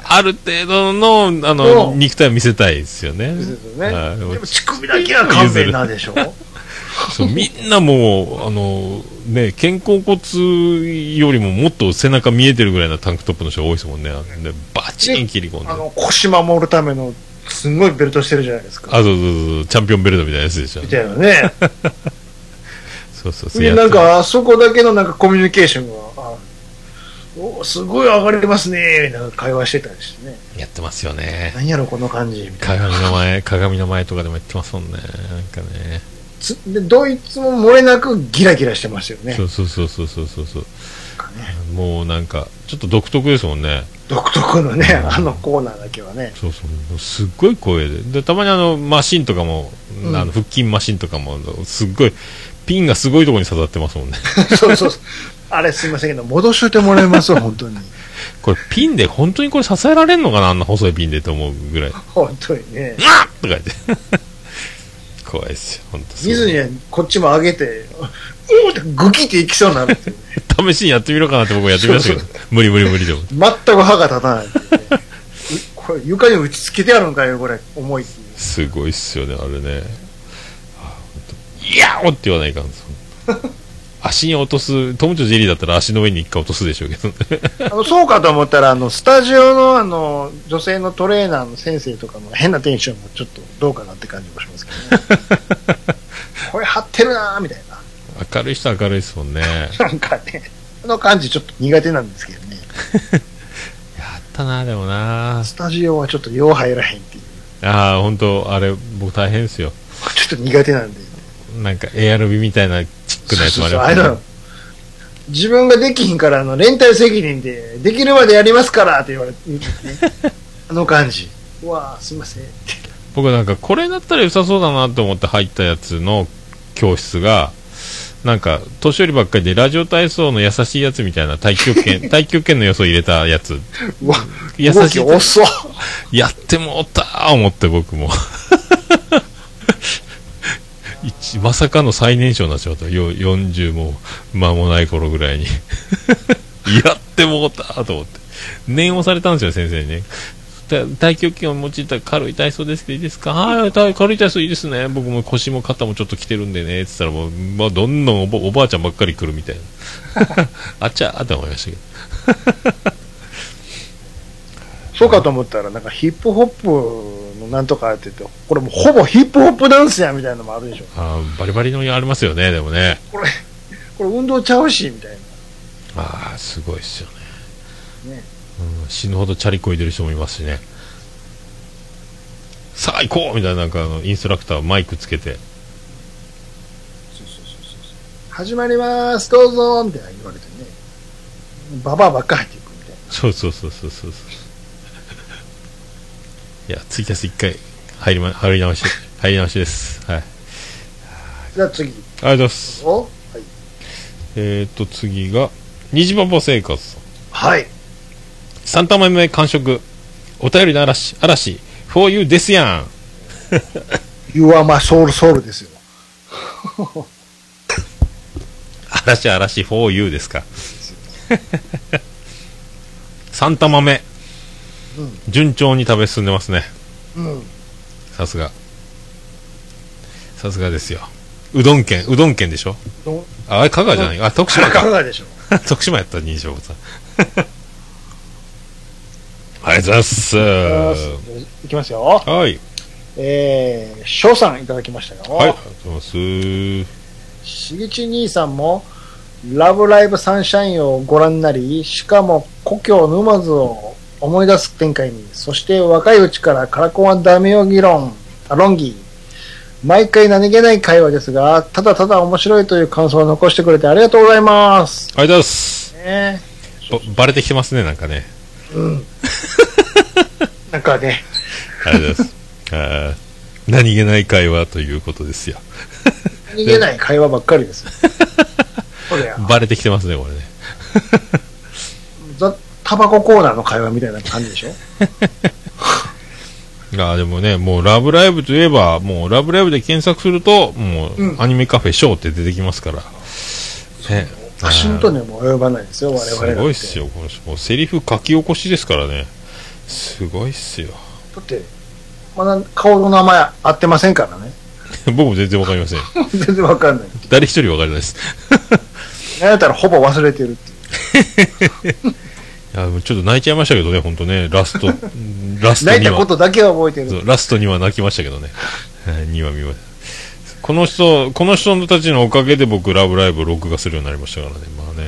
S1: ある程度の、あの、
S2: うん
S1: 肉体を見せたいですよね。
S2: ですよね。
S1: はい
S2: でも乳首だけは勘弁なんでしょ
S1: そうみんなもう、あの、ね、肩甲骨よりももっと背中見えてるぐらいなタンクトップの人が多いですもんね。あのねバチン切り込んで。
S2: あの、腰守るための、すんごいベルトしてるじゃないですか。
S1: あ、そうそうそうそう、チャンピオンベルトみたいなやつでしょ
S2: み。たい
S1: <laughs>
S2: なね。
S1: そうそうそう。
S2: で、
S1: や
S2: な
S1: っ
S2: ん
S1: てる、
S2: か、あそこだけのなんかコミュニケーションが、あおすごい上がりますね、みたいな会話してたりしてね。
S1: やってますよね。
S2: 何やろ、この感じ、みたいな。
S1: 鏡の前、鏡の前とかでもやってますもんね。なんかね。
S2: つでドイツも漏れなくギラギラしてましたよね
S1: そ。うそうそうそうそうそうそう。もうなんか、ちょっと独特ですもんね。
S2: 独特のね、あのコーナーだけ
S1: <laughs>
S2: はね。
S1: そうそう。もうすっごい声で。で、たまにあの、マシンとかも、
S2: うん
S1: あの腹筋マシンとかも、すっごい、ピンがすごいところに刺さってますもんね。
S2: そうそうそう。あれすいませんけど、戻しといてもらいますよ、本
S1: <laughs>
S2: 当に。
S1: これピンで、本当にこれ支えられんのかなあんな細いピンでと思うぐらい。
S2: 本当にね。
S1: とか言って。 <laughs> 怖いっすよ、本当
S2: 見ずにはこっちも上げて、おーってグキっていきそうになるっていうね。
S1: 試しにやってみようかなって僕はやってみましたけど、無理無理無理でも。
S2: 全く歯が立たないっていう <laughs> ね。うこれ床に打ち付けてあるんかよ、これ。重いっていう
S1: すごいっすよね、あれね。いやおって言わないかんです。足に落とす、トムとジェリーだったら足の上に一回落とすでしょうけどね。
S2: あのそうかと思ったら、あの、スタジオのあの、女性のトレーナーの先生とかも変なテンションもちょっとどうかなって感じもしますけどね。これ張ってるなーみたいな。
S1: 明るい人は明るいですもんね。
S2: なんかね、あの感じちょっと苦手なんですけどね。
S1: やったな、でもな。
S2: スタジオはちょっとよう入らへんっていう。
S1: ああ、本当あれ、僕大変ですよ。
S2: ちょっと苦手なんで。
S1: なんか ARB みたいなチックなやつもあり
S2: そうそうそう
S1: ま
S2: あ
S1: す
S2: れ
S1: ね
S2: だろ自分ができひんから、あの、連帯責任で、できるまでやりますからって言われて、言ってね
S1: <laughs>
S2: あの感じ。うわあすいません。
S1: 僕なんかこれだったら良さそうだなと思って入ったやつの教室がなんか年寄りばっかりでラジオ体操の優しいやつみたいな太極拳太極拳の要素を入れたやつ
S2: うわ、
S1: 優し
S2: 動き
S1: い
S2: 遅っ。
S1: やってもうたー思って僕も <laughs> 一まさかの最年少になっちまったよ40も間もない頃ぐらいに <laughs> やってもうたーと思って念をされたんですよ先生にねた太極拳を用いた軽い体操ですけどいいですかはいた軽い体操いいですね僕も腰も肩もちょっときてるんでねっつったらもう、まあ、どんどんおばおばあちゃんばっかり来るみたいな <laughs> あっちゃーって思いましたけど
S2: そうかと思ったら、なんかヒップホップのなんとかって言って、これもうほぼヒップホップダンスやみたいなのもあるでしょ。
S1: あーバリバリのありますよねでもね
S2: これ、これ運動ちゃうし、みたい
S1: ああすごいっすよ
S2: な。ね。
S1: うん死ぬほどチャリこいでる人もいますしねさあ行こうみたいななんかあのインストラクターマイクつけて
S2: 始まります、どうぞみたいな言われてね。ババアばっか入っていくみたいな。
S1: そうそうそうそうそうそういやツイキャス一回入り,、ま、入り直し入り直しですはいあー
S2: じゃあ次。
S1: ありがとうございます。
S2: おはい。
S1: えーっと、次が、虹パパ生活さん。
S2: はい。
S1: 三玉目完食。お便りの嵐、嵐、for you ですやん。
S2: You are my soul soul ですよ。
S1: 嵐、嵐、for you ですか。三玉目。
S2: うん
S1: 順調に食べ進んでますね。
S2: うん。
S1: さすが。さすがですよ。うどん県、うどん県でしょ
S2: どう
S1: あ、あれ香川じゃないあ、徳島
S2: いか <laughs>
S1: か。
S2: がでしょう
S1: 徳島やった、二条さん。ありがとうございます。
S2: よしいきますよ。
S1: はい。
S2: えー、翔さんいただきましたよ。
S1: はい、ありがとうございます。
S2: しげち兄さんも、ラブライブサンシャインをご覧になり、しかも故郷沼津を思い出す展開に、そして若いうちからカラコンはダメよ議論、あ論議。毎回何気ない会話ですが、ただただ面白いという感想を残してくれてありがとうございます。
S1: ありがとうございます。
S2: ね
S1: ばバレてきてますね、なんかね。
S2: うん。なんかね、
S1: ありがとうございま
S2: <laughs>
S1: す。あー何気ない会話ということですよ。
S2: 逃げない会話ばっかりですよ。そうだよ。
S1: バレてきてますね、これね。
S2: ザ・タバココーナーの会話みたいな感じでしょ
S1: あーでもね、もう、ラブライブといえば、もう、ラブライブで検索すると、もう、
S2: うん
S1: アニメカフェショーって出てきますから。ね。
S2: 足元にも及ばないですよ、我々だって。
S1: すごいっすよ、この人。もうセリフ書き起こしですからね。すごいっすよ。 <laughs>
S2: だって、まだ顔の名前合ってませんからね。 <laughs>
S1: 僕も全然わかりません。
S2: 全然わかんない。
S1: 誰一人わかりないです。
S2: なんやったらほぼ忘れてるっていう。
S1: いや、もうちょっと泣いちゃいましたけどね、本当ね。ラスト、ラスト
S2: 泣い
S1: に
S2: たこ
S1: は。
S2: とだけは覚えて
S1: そ
S2: る。
S1: うラストには泣きましたけどね。 <laughs> には見まこの人、この人たちのおかげで僕、ラブライブを録画するようになりましたからね。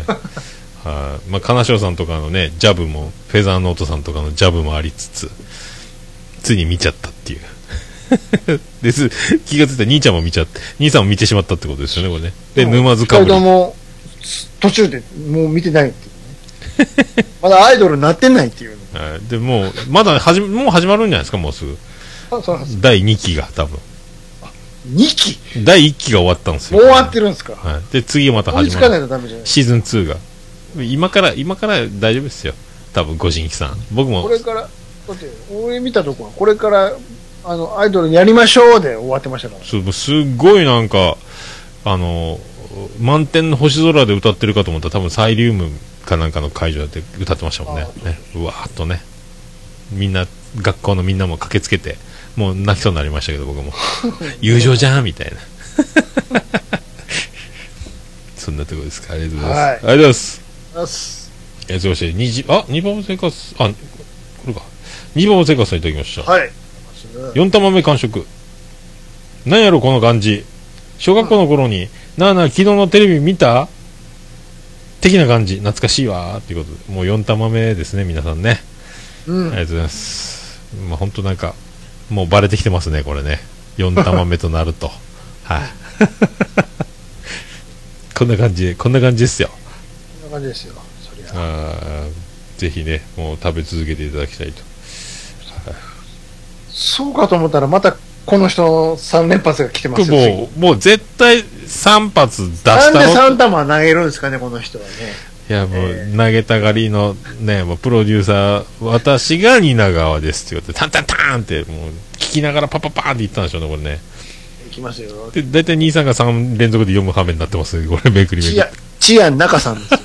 S1: まあね。 <laughs> はい。まあ、金城さんとかのね、ジャブも、フェザーノートさんとかのジャブもありつつ、ついに見ちゃったっていう。 <laughs> です。気がついたら兄ちゃんも見ちゃって、兄さんも見てしまったってことですよね、これね。で、沼津かぶ
S2: 二人と
S1: り。
S2: も途中でもう見てないっていうね。 <laughs> まだアイドルになってないっていうね。
S1: はいで、もう、まだ始め、もう始まるんじゃないですか、もうすぐ。
S2: あその2
S1: 第2期が、多分。
S2: 期
S1: 第1期が終わったんです
S2: も
S1: よ。
S2: う終わってるんですか
S1: はい。で、次また
S2: 追い
S1: 始
S2: つ
S1: ま
S2: か
S1: る
S2: ない。とダメじゃない
S1: シーズン2が。今から、今から大丈夫ですよ。多分、ご新規さん。僕も
S2: こ、れから、だって、俺見たとこは、これから、あの、アイドルやりましょうで終わってましたから。
S1: すすっごいなんか、あの、満天の星空で歌ってるかと思ったら、多分、サイリウムかなんかの会場で歌ってましたもんね
S2: あ。
S1: ねうわーっとね。みんな、学校のみんなも駆けつけて、もう泣きそうになりましたけど、僕
S2: <laughs>
S1: も。友情じゃんみたいな。 <laughs> そんなところですか。ありがとうございます。
S2: はい
S1: ありがとうございます。
S2: よし
S1: えそして、二次、あ、二番生活、あ、これか。二番生活さんいただきました。
S2: はい。
S1: 四玉目完食。なんやろ、この感じ。小学校の頃に、なあなあ、昨日のテレビ見た的な感じ。懐かしいわーっていうことで。もう四玉目ですね、皆さんね。
S2: う
S1: あり
S2: ん
S1: が。とうございます。まあ、ほんとなんか、もうバレてきてますね、これね。四玉目となる
S2: <laughs>
S1: と。はい、 <laughs> こんな感じで、こんな感じですよ。
S2: こんな感じですよ。そりゃ。
S1: あーぜひね、もう食べ続けていただきたいと。
S2: そうかと思ったら、またこの人の3連発が来てますよ。
S1: もう、もう絶対3発出し
S2: な
S1: た
S2: んで
S1: ろ。
S2: 3玉投げるんですかね、この人はね。
S1: いや、も
S2: え
S1: う投げたがりのね、もうプロデューサー、私が蜷川ですってことで、タンタンタンって、もう聞きながらパパパーンって言ったんでしょうね、これね。
S2: いきますよ。
S1: で、大体兄さんが3連続で読む羽目になってますね、これ、めくりめく
S2: チ
S1: り
S2: ア。、チアン中さんですよ。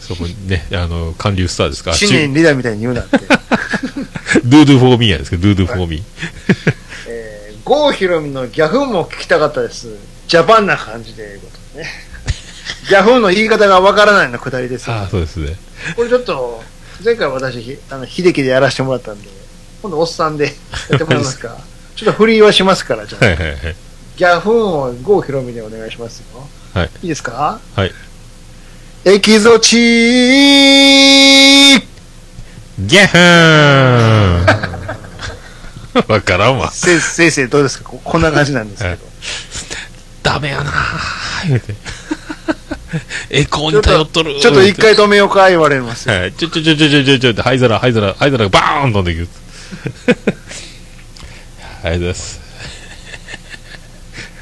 S1: そこにね、あの、韓流スターですか。
S2: 知念
S1: 中
S2: リダみたいに言う
S1: <laughs>
S2: なって。
S1: ドゥドゥフォーミーやですけど、ドゥドゥフォーミー。
S2: えー、郷ひろみのギャフンも聞きたかったです。ジャパンな感じで、いうことね。ギャフンの言い方がわからないのくだりですよ。
S1: ああ、そうですね。
S2: これちょっと、前回私、ひあの、秀樹でやらせてもらったんで、今度おっさんでやってもらえますか。ちょっと振りはしますから、じゃあ。
S1: はいはいはい。
S2: ギャフンを郷ひろみでお願いしますよ。
S1: はい。
S2: いいですか
S1: はい。
S2: エキゾチー
S1: ギャフー
S2: <laughs>
S1: ン <laughs> わからんわ。
S2: せ先生どうですかここんな感じなんですけど。
S1: ダメやなぁ、言うて。栄光
S2: ち
S1: に
S2: ょっ
S1: 頼
S2: と
S1: っとる。
S2: ちょっと一。回止めようか言われますよ。
S1: はい。ちょちょちょちょちょちょちょって、灰皿、灰皿、灰皿がバーン飛んでいくる。 <laughs> ありがとうございます。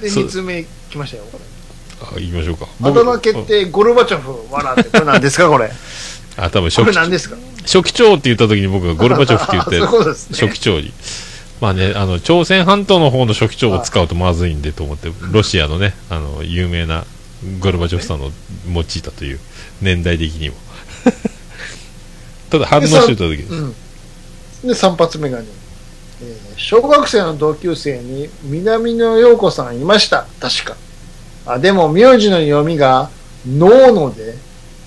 S2: で、
S1: そう
S2: 三つ目、来ましたよ。
S1: あ行きましょうか
S2: あだ名
S1: う
S2: 決
S1: ん
S2: 定、ゴルバチョフ、わらって、これ何ですか、これ。
S1: あ多分
S2: こ
S1: 初
S2: れ
S1: 期
S2: 何ですか
S1: 初期長って言った時に僕がゴルバチョフって言っ
S2: あ
S1: て
S2: <laughs> そういうことですね。
S1: 初期長にまあねあの朝鮮半島の方の初期長を使うとまずいんでと思ってロシアのねあの有名なゴルバチョフさんの用いたという年代的にも <laughs> ただ反応してた時に
S2: うん。で、三発目がね、えー小学生の同級生に南野陽子さんいました。確か。あ、でも名字の読みが、ノーノで、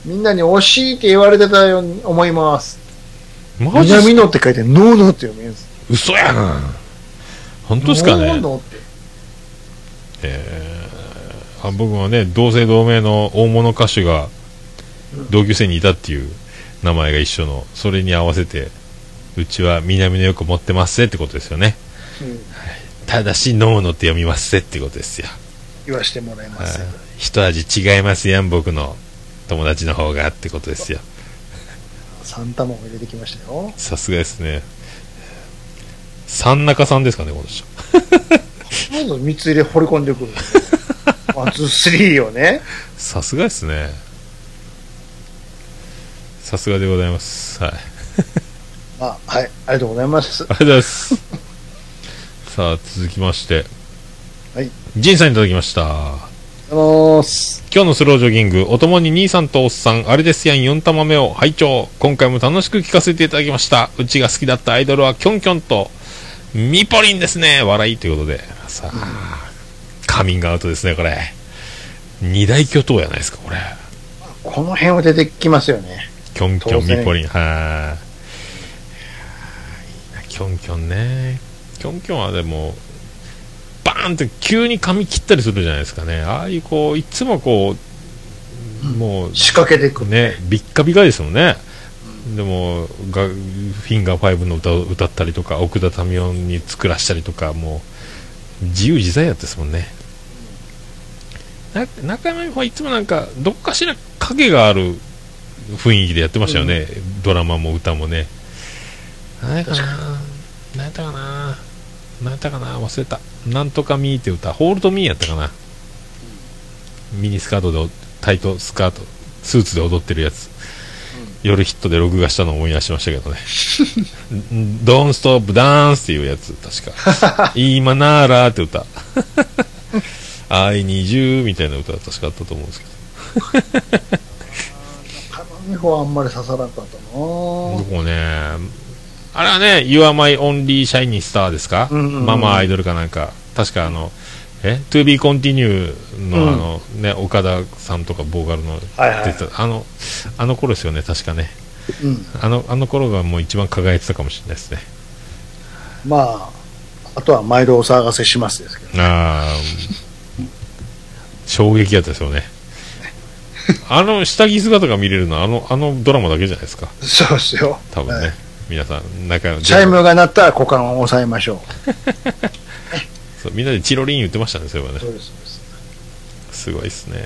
S2: みんなに惜しいって言われてたように思います。
S1: マジっす
S2: 南野って書いて、ノーノって読みます。
S1: 嘘やん本当ですか
S2: ノー
S1: ね
S2: ノって。
S1: えーあ僕はね同姓同名の大物歌手が同級生にいたっていう名前が一緒のそれに合わせてうちは南のよく持ってますぜってことですよね
S2: うん、
S1: ただしノーノって読みますぜってことですよ
S2: 言わしてもらいます。
S1: はい一味違いますやん僕の友達の方がってことですよ
S2: 三玉も入れてきましたよ。
S1: さすがですね三中さんですかねこの人
S2: どんどん三つ入れ掘り込んでく
S1: <laughs>
S2: るんですよ。ワン、ツー、スリーをね。
S1: さすがですねさすがでございますはい
S2: まあ、はい。ありがとうございます。
S1: ありがとうござい
S2: <laughs>
S1: ます。さあ、続きまして。
S2: はい。
S1: ジンさんいただきました。
S2: あのー、
S1: 今日のスロージョギング、おともに兄さんとおっさん、あれですやん4玉目を拝聴。今回も楽しく聞かせていただきました。うちが好きだったアイドルはキョンキョンと、ミポリンですね。笑いということで。さあ、カミングアウトですね、これ。二大巨頭やないですか、これ。
S2: この辺は出てきますよね。
S1: キョンキョ
S2: 当
S1: ン、
S2: 然
S1: ミポリン。はい。いいなキョンキョンね。キョンキョンはでも、バーンって急に髪切ったりするじゃないですかね。ああいうこう、いつもこう、もう、
S2: 仕掛けてくる。
S1: ね、ビッカビカですもんね。でもが、フィンガー5の歌を歌ったりとか、奥田民生に作らしたりとか、もう、自由自在やったですもんね。な中山美穂はいつもなんか、どこかしら影がある雰囲気でやってましたよね、ドラマも歌もね。何やったかな何やったかな何やったかな忘れた。なんとかミーって歌、ホールドミーやったかな。ミニスカートで、タイトスカート、スーツで踊ってるやつ。夜ヒットで録画したのを思い出しましたけどね。 <laughs> ドンストップダンスっていうやつ、確 <laughs> か。今ならーって歌。愛に十みたいな歌は確かあったと思うんですけど。
S2: 美穂はあんまり刺さなかった
S1: 僕もね、あれはね、You are my only shiny star ですか、
S2: うんうんうん
S1: ママアイドルかなんか。確かあの、え ?to be continue の,、
S2: うん
S1: あのね、岡田さんとかボーカルの出てた、
S2: はいはい
S1: あの、あの頃ですよね、確かね。
S2: な。うん。
S1: あの、あの頃がもう一番輝いてたかもしれないですね。
S2: まあ、あとは毎度お騒がせしますですけど。
S1: あー衝撃やったですよねあの下着姿が見れるのはあのあのドラマだけじゃないですか
S2: そうですよ。
S1: 多分ね、
S2: はい
S1: 皆さん仲良
S2: チャイムが鳴ったら股間を押さえましょ
S1: そうみんなでチロリン言ってましたねそういえば
S2: う。
S1: ね
S2: そうです、そうです。
S1: すごいですね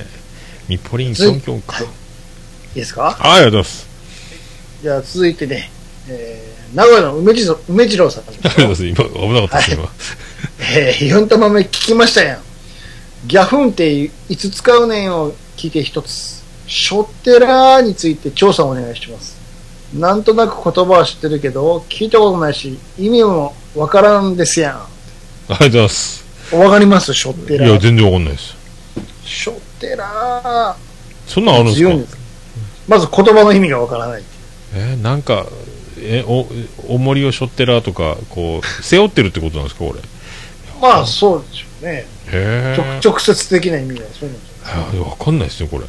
S1: ミポリンキ
S2: 続
S1: ョ
S2: い
S1: ンキョンか
S2: はいいいですか
S1: はいありがとうございます
S2: じゃあ続いてね、えー、名古屋の梅次郎梅次郎さん。
S1: ありがとうございます今危なかったです、今
S2: えー、4玉目聞きましたやん。ギャフンっていつ使うねんを聞いて一つ。ショッテラーについて調査をお願いします。なんとなく言葉は知ってるけど、聞いたことないし、意味もわからんですや
S1: ありがとうございます
S2: ん。わかりますショッ
S1: い
S2: テラ
S1: や
S2: ー。
S1: 全然わかんないです
S2: ショッテラ
S1: そんなんある
S2: ー。
S1: んです
S2: 強いん
S1: か
S2: ですまず言葉の意味がわからない。
S1: えーなんかえお重りを背負ってらとかこう背負ってるってことなんですかこれ
S2: まあ、そうでしょうね。
S1: へ
S2: 直
S1: え
S2: 直接的な意味がそうなんですよ
S1: あわかんないですねこれ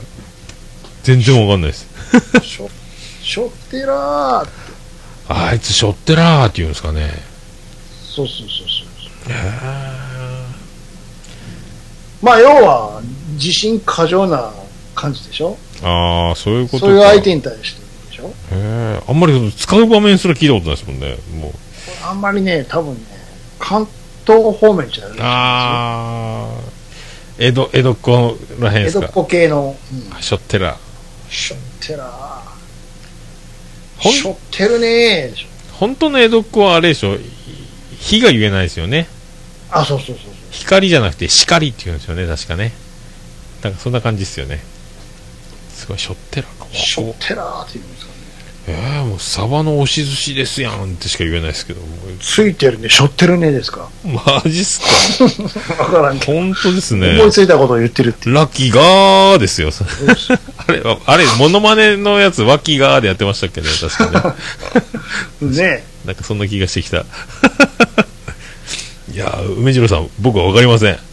S1: 全然わかんないです
S2: ショショッテラー。
S1: あいつしょってらーって言うんですかね
S2: そうそうそうそう。
S1: へ
S2: まあ、要は、自信過剰な感じでしょ
S1: ああそういうことか
S2: そういう相手に対してでしょ
S1: へえあんまり使う場面すら聞いたことないですもんねもう
S2: あんまりね、多分ね、関東方面じゃない
S1: ああ江戸江戸っ子らへんで
S2: 江
S1: す
S2: 戸っ
S1: か
S2: 子系の、うん、
S1: しょってら
S2: しょってらー
S1: ほん
S2: しょってるねーでしょ
S1: 本当の江戸っ子はあれでしょひが言えないですよね
S2: あ、そうそうそうそう。
S1: 光じゃなくて光って言うんですよね確かねなんかそんな感じですよねすごいしょってらか
S2: ショッテラーって言うんですかね。
S1: えー、もうサバの押し寿司ですやんってしか言えないですけども
S2: ついてるね、しょってるねで
S1: <laughs>
S2: すか。
S1: マジっすか
S2: わからんけど。
S1: 本当ですね
S2: 思いついたことを言って
S1: <laughs>
S2: るっていう。
S1: ラッキーガーですよ <laughs>
S2: そうです
S1: あれあれモノマネのやつワキガーでやってましたっけね確かね
S2: ね
S1: なんかそんな気がしてきた。 <laughs> いやー、梅次郎さん、僕はわかりません。 <laughs>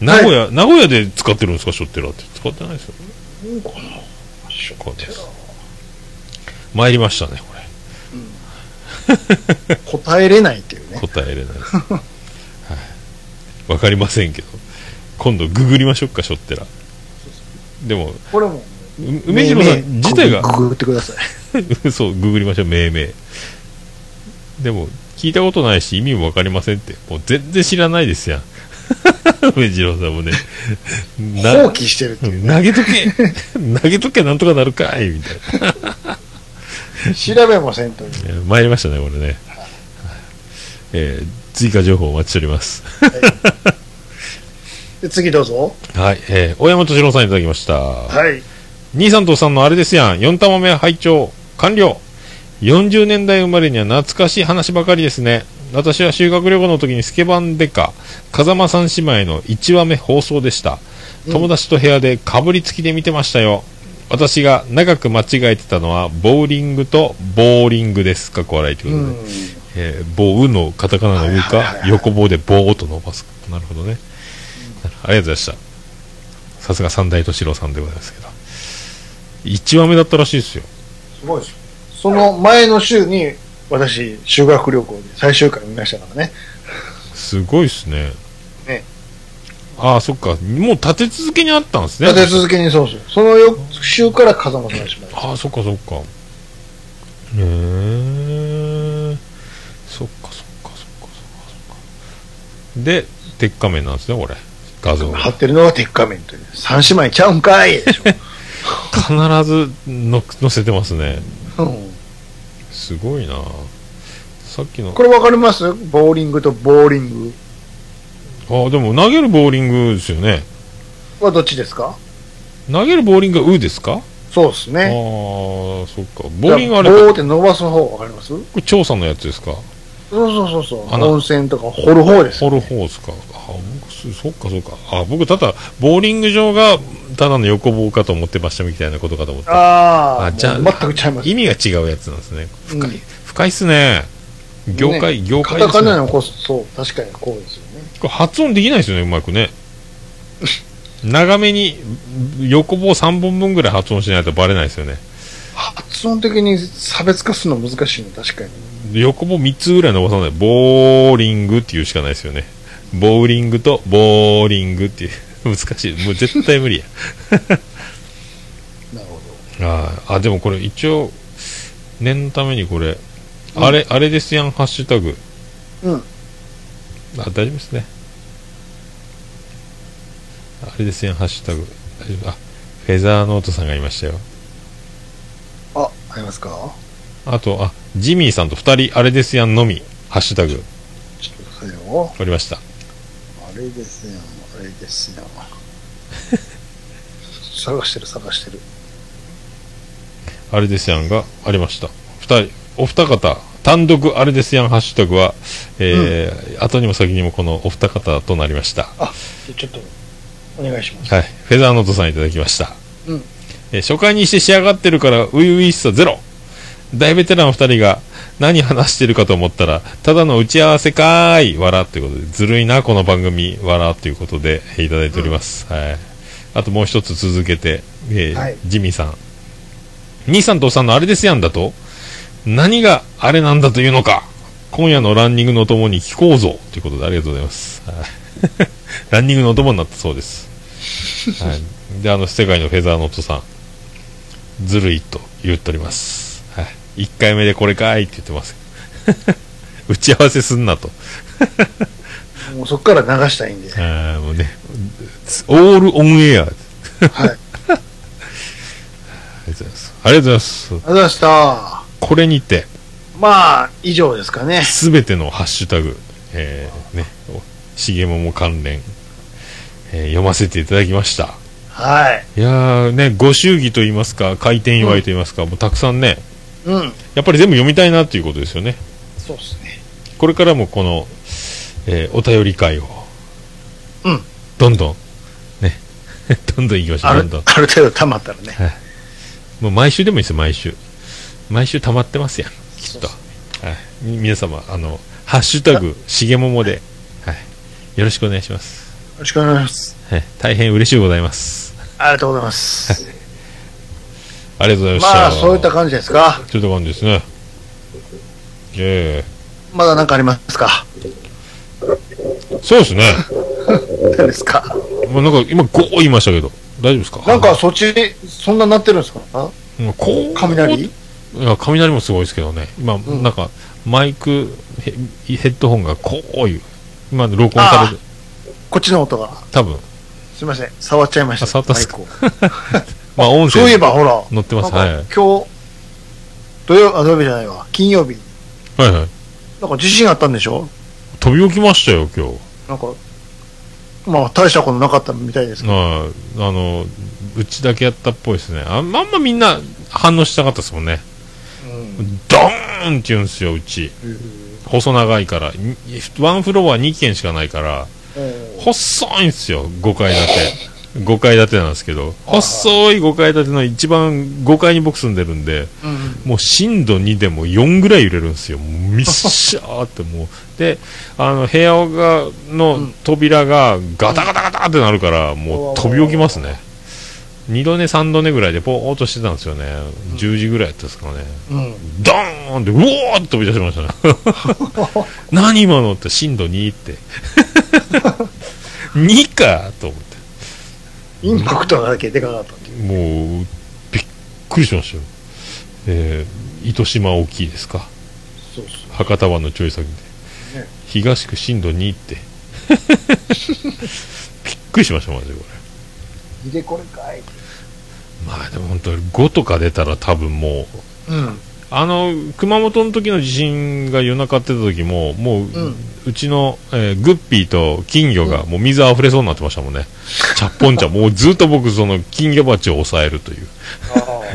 S1: 名古屋、名古屋で使ってるんですか、ショッテラって。使ってないですよ。
S2: え。うんかな。ショッテラー。
S1: 参りましたね、こ
S2: 答えれないっていう
S1: れ。
S2: ね。
S1: 答えれない
S2: <laughs>
S1: です。はいわかりませんけど。今度、ググりましょうか、ショッテラ。でも、
S2: これも。
S1: う梅次郎さん自体が、
S2: ググってくださ
S1: <laughs>
S2: い。
S1: そう、ググりましょう、命名。でも、聞いたことないし、意味もわかりませんって。もう全然知らないですやん。 <laughs> 梅次郎さんもね。
S2: 放
S1: な
S2: 棄してるっていうね。
S1: 投げとけ <laughs> 投げとけなんとかなるかいみたい
S2: 調べもせんという。
S1: な。参りましたね、これね。えー追加情報お待ちしております。
S2: で次どうぞ。
S1: はい、えー、大山敏郎さんいただきました。
S2: はい。
S1: 兄さんとおっさんのあれですやん。4玉目拝聴完了。40年代生まれには懐かしい話ばかりですね。私は修学旅行の時にスケバンデカ、風間三姉妹の1話目放送でした。
S2: うん
S1: 友達と部屋でかぶりつきで見てましたよ。私が長く間違えてたのは、ボーリングとボーリングです。かっこ笑いといううことで。
S2: ん。
S1: えー、棒、うのカタカナのう
S2: はいはいはい
S1: か、
S2: はい
S1: 横棒で棒と伸ばす。なるほどね。ありがとうございました。さすが三大敏郎さんでございますけど。1話目だったらしいですよ。
S2: すごいですよ。その前の週に、私、修学旅行で最終回見ましたからね。
S1: すごいですね。
S2: ね
S1: ああ、そっか。もう立て続けにあったんですね。
S2: 立て続けにそうそう。その翌週から風間さんがしまい
S1: ああ、そっかそっか。へえ。そっかそっかそっかそっかそっか。で、鉄仮面なんですね、これ。画像が
S2: 張ってるのが鉄仮面という。三姉妹ちゃうんかいでし
S1: 必ずの載せてますね。
S2: ょ。 <laughs> うん
S1: すごいなさっきの
S2: これわかりますボーリングとボーリング
S1: あでも投げるボーリングですよね
S2: はどっちですか
S1: 投げるボーリングが「う」ですか
S2: そうで
S1: あ
S2: す
S1: あ
S2: ね。
S1: ーそっかボーリングあれ
S2: ボ
S1: か
S2: ーって伸ばす方わかりますそう
S1: これ調査のやつですか
S2: そうそうそう。
S1: あな
S2: 温泉とか掘る方です
S1: 掘
S2: よ。
S1: る方ですかあ僕そそっかそっかあ僕ただボーリング場がただの横棒かと思ってましたみたいなことかと思った
S2: あ
S1: あ
S2: あ、
S1: じゃあ
S2: もう全くちゃいます。
S1: 意味が違うやつなんですね深い、
S2: うん
S1: 深いっすね業界、業
S2: カ
S1: 界
S2: タ
S1: です
S2: カ
S1: ね
S2: ナのこそ、そう、確かにこうですよね。
S1: これ発音できないですよねうまくね長めに横棒3本分ぐらい発音しないとバレないですよね
S2: 発音的に差別化するの難しいの、確かに。
S1: 横棒3つぐらい伸ばさないボーリングっていうしかないですよねボーリングとボーリングっていう <laughs> 難しいもう絶対無理や
S2: なるほ
S1: あーあでもこれ一応念のためにこれ、あれあれですやんハッシュタグ
S2: ど。うん。
S1: あ大丈夫ですねあれですやんハッシュタグ大丈夫あフェザーノートさんがいましたよ
S2: あ、ありますか
S1: あとあジミーさんと2人あれですやんのみハッシュタグ
S2: ちょっとくださいよ。
S1: おりました
S2: あれですよ、あれですよ。 <laughs> 探してる、探してる。
S1: あれですやんがありました。二人、お二方、単独あれですやんハッシュタグは、えー後にも先にもこのお二方となりました。
S2: ちょっと、お願いします。
S1: はい。フェザーノートさんいただきました。
S2: うん
S1: えー初回にして仕上がってるから、初々しさゼロ。大ベテラン二人が何話してるかと思ったら、ただの打ち合わせかーい、笑ということで、ずるいな、この番組、笑ということで、えーいただいております。はい。あともう一つ続けて、えー
S2: はい
S1: ジミーさん。兄さんとおっさんのあれですやんだと何があれなんだというのか今夜のランニングのともに聞こうぞということでありがとうございます。はい <laughs> ランニングのお供になったそうです。はい、で、あの、世界のフェザーノットさん、ずるいと言っております。はい、1回目でこれかいって言ってます。 <laughs> 打ち合わせすんなと。
S2: もうそこから流した
S1: <laughs>
S2: いんで。は
S1: あーもうね、オールオンエア。あり
S2: い。あ
S1: がとうご
S2: りがと
S1: ざいます。ありがとうございます。
S2: うございました。
S1: これにて、
S2: まあ、以上ですかね。
S1: すべてのハッシュタグ、えー、ね、しげもも関連、えー読ませていただきました。
S2: はい。
S1: いやーね、ご祝儀と言いますか、開店祝いと言いますか、もうたくさんね、
S2: うん。
S1: やっぱり全部読みたいなということですよね。
S2: そうですね。
S1: これからもこの、えーお便り会を、
S2: うん。
S1: どんどん、ね、 <laughs> どんどん行きましょ
S2: あ
S1: う、
S2: る
S1: どんどん。
S2: ある程度溜まったらね。
S1: もう毎週でもいいですよ、毎週。毎週溜まってますやん、きっと。
S2: そう
S1: はい、み皆様、あの、ハッシュタグ、しげももで、はい、よろしくお願いします。
S2: よろしくお願いします。
S1: はい、大変嬉しいございます。
S2: ありがとうござい
S1: <laughs>
S2: ます。
S1: ありがとうございました。
S2: まあ、そういった感じですか。
S1: ちょっと感じですね。え
S2: まだ何かありますか
S1: えそうですね。
S2: 何ですか
S1: もうなんか今、こう言いましたけど、大丈夫ですか
S2: なんか、、そっち、そんななってるんですか
S1: うんこう
S2: 雷
S1: いや雷もすごいですけどね、今、
S2: ん
S1: なんかマイクヘ、ヘッドホンがこういう、今、録音されて、
S2: こっちの音が。
S1: 多分
S2: すいません。触っちゃいました。
S1: あ触ったっすか
S2: マイクを
S1: まあ、音声
S2: そういえば、ほら。
S1: 載ってます、
S2: な
S1: は
S2: ん
S1: い、
S2: か今日、土曜、あ、土曜日じゃないわ。金曜日。
S1: はいはい、
S2: なんか地震あったんでしょ
S1: 飛び起きましたよ、今日
S2: なんか、まあ、大したことなかったみたいですけど。
S1: ああのうちだけやったっぽいですね、ああんまみんな反応したかったですもんね、
S2: うん
S1: ドーンって言うんですよ、うち、細長いから、にワンフロア2軒しかないから、
S2: え
S1: 細いんですよ、5階建て、5階建てなんですけど、細い5階建ての一番5階に僕住んでるんで。
S2: ーうん
S1: もう震度2でも4ぐらい揺れるんですよ、もうみっしゃーってもう、であの部屋が
S2: う
S1: の
S2: ん
S1: 扉がガタガタガタってなるから、もう飛び起きますね、2度寝、3度寝ぐらいでぽーっとしてたんですよね、10時ぐらいやったんですかね、
S2: うん。
S1: ドーンって、うおーって飛び出しましたね、何今のって、震度2って、2かと思って。
S2: インパクトだけでかかったっていう。
S1: もうびっくりしましたよ、えー、糸島大きいですか
S2: そうそう。
S1: 博多湾のちょい先で、
S2: ね
S1: 東区震度2って <laughs> びっくりしましたマジでこれ
S2: いでこれかい。
S1: まあでも本当に5とか出たら多分もう
S2: うん。
S1: あの熊本の時の地震が夜中ってた時ももう、う
S2: うん
S1: ちの、えーグッピーと金魚がもう水あふれそうになってましたもんね、ちゃっぽんちゃんもうずっと僕その金魚鉢を抑えるという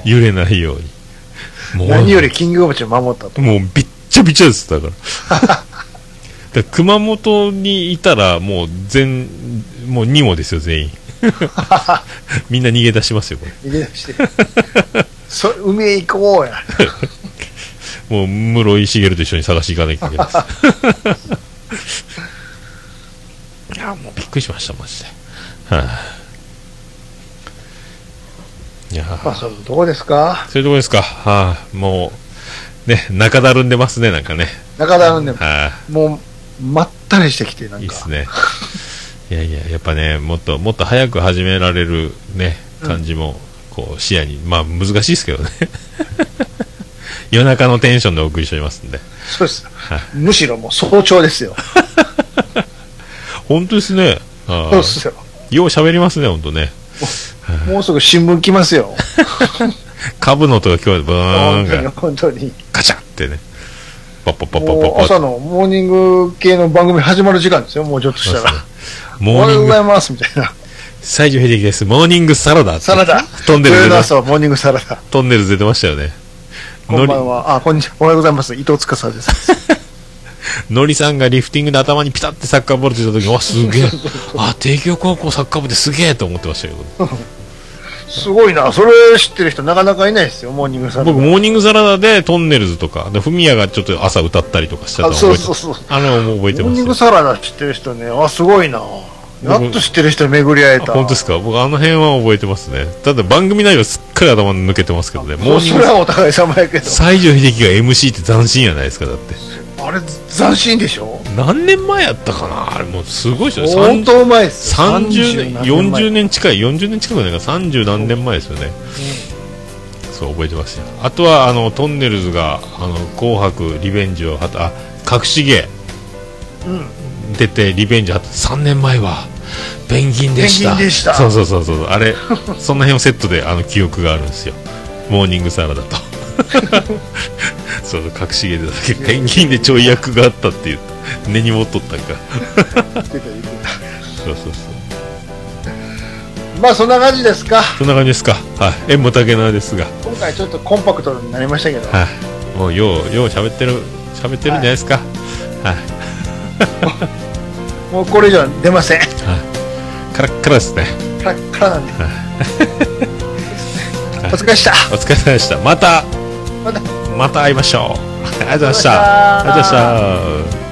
S1: 揺れないようにもう
S2: 何よりキングオブチを守ったと。
S1: もうびっちゃびちゃですだからだ <laughs> から熊本にいたらもう全もう2もですよ <laughs> 全員みんな逃げ出しますよこれ
S2: いでして。
S1: <laughs>
S2: そ海へ行こうや。
S1: もう室井茂と一緒に探していかなきゃいけないです <laughs> いやもうびっくりしましたマジで、はあ、いや
S2: まあ、それどこですか
S1: そういうとこですか、はあ、もうね中だるんでますねなんかね、
S2: 中田なんでも、
S1: はあ
S2: もう、まったりしてきて、なん
S1: いいっ
S2: か
S1: す。ね。いやいや、やっぱね、もっと、もっと早く始められるね、
S2: うん
S1: 感じも、こう、視野に、まあ、難しいですけどね。 <laughs> 夜中のテンションでお送りしておりますんで。
S2: そうです。むしろもう早朝ですよ。
S1: 本当ですね。あ
S2: そう
S1: ー
S2: ですよ。
S1: よう喋りますね、本当ね。
S2: もうすぐ新聞来ますよ。
S1: 株の音が聞こえて、ブ
S2: 本当
S1: ーン
S2: に、
S1: が、
S2: 本当に。
S1: ガチャってね。パッパッパッパッパ
S2: もう
S1: ッパ
S2: 朝
S1: ッ
S2: のモーニング系の番組始まる時間ですよ、もうちょっとしたら。お
S1: モ
S2: は
S1: ー
S2: よう
S1: ニン
S2: ござ
S1: グ、
S2: います、みたいな。
S1: 西城秀樹です。モーニングサラダって。
S2: サラダ。
S1: トンネル出て
S2: 土曜の
S1: ます
S2: 朝はモーニングサラダ。
S1: トンネル出てましたよね。
S2: こんばんは。あ、こんにちは。おはようございます。伊藤司です。
S1: のりさんがリフティングで頭にピタってサッカーボールつい
S2: <laughs>
S1: た時わすげえあ帝京高校サッカー部ってすげえと思ってましたけど
S2: すごいな。それ知ってる人なかなかいないですよ、モーニングサラダ。
S1: 僕モーニングサラダでトンネルズとかでフミヤがちょっと朝歌ったりとかしてたの
S2: あ、
S1: 覚
S2: そう
S1: えてま
S2: そう
S1: す
S2: そう。
S1: あのもう覚えて
S2: モー
S1: ま
S2: ニング
S1: す
S2: サラダ知ってる人ね、あ、すごいな。やっと知ってる人に巡り会え
S1: あ
S2: た。
S1: 本当ですか僕あの辺は覚えてますねただ番組内容すっかり頭抜けてますけどね
S2: も
S1: モ
S2: う
S1: ーニ
S2: そ
S1: ン
S2: れ
S1: グ
S2: はお互い様やけど。
S1: 西城秀樹が MC って斬新やないですかだって
S2: あれ、斬新でしょ
S1: 何年前やったかなあれもうすごいですよ
S2: 本
S1: ね
S2: 当うまいっすよ。
S1: 30年
S2: 何前
S1: 40年近い40年近くないから30何年前ですよねそう覚えてますよあとはあのトンネルズが「あの紅白リベンジを果た」あ隠し芸
S2: うん。うん
S1: 出てリベンジ果た3年前はペンギンでした
S2: ペンギンでし
S1: <laughs>
S2: た
S1: そうそうそうそうあれその辺をセットであの記憶があるんですよモーニングサラダと <laughs> そう隠し芸でだけどペンギンでちょい役があったっていう根に持っとったんか
S2: 言ってた言って
S1: そうそうそう
S2: たまあそんな感じですか
S1: そんな感じですかはい縁も竹縄ですが
S2: 今回ちょっとコンパクトになりましたけど
S1: はいもうようよう喋ってる喋ってるんじゃないですかはい、
S2: もうこれ以上出ません <laughs>
S1: はい、カラッカラですね
S2: カラッカラなんで <laughs> お疲れでした
S1: お疲れ様でしたまた
S2: また
S1: また会いましょうありがとうございました
S2: あ
S1: あ
S2: り
S1: りがとうご
S2: がとうございました
S1: ざいました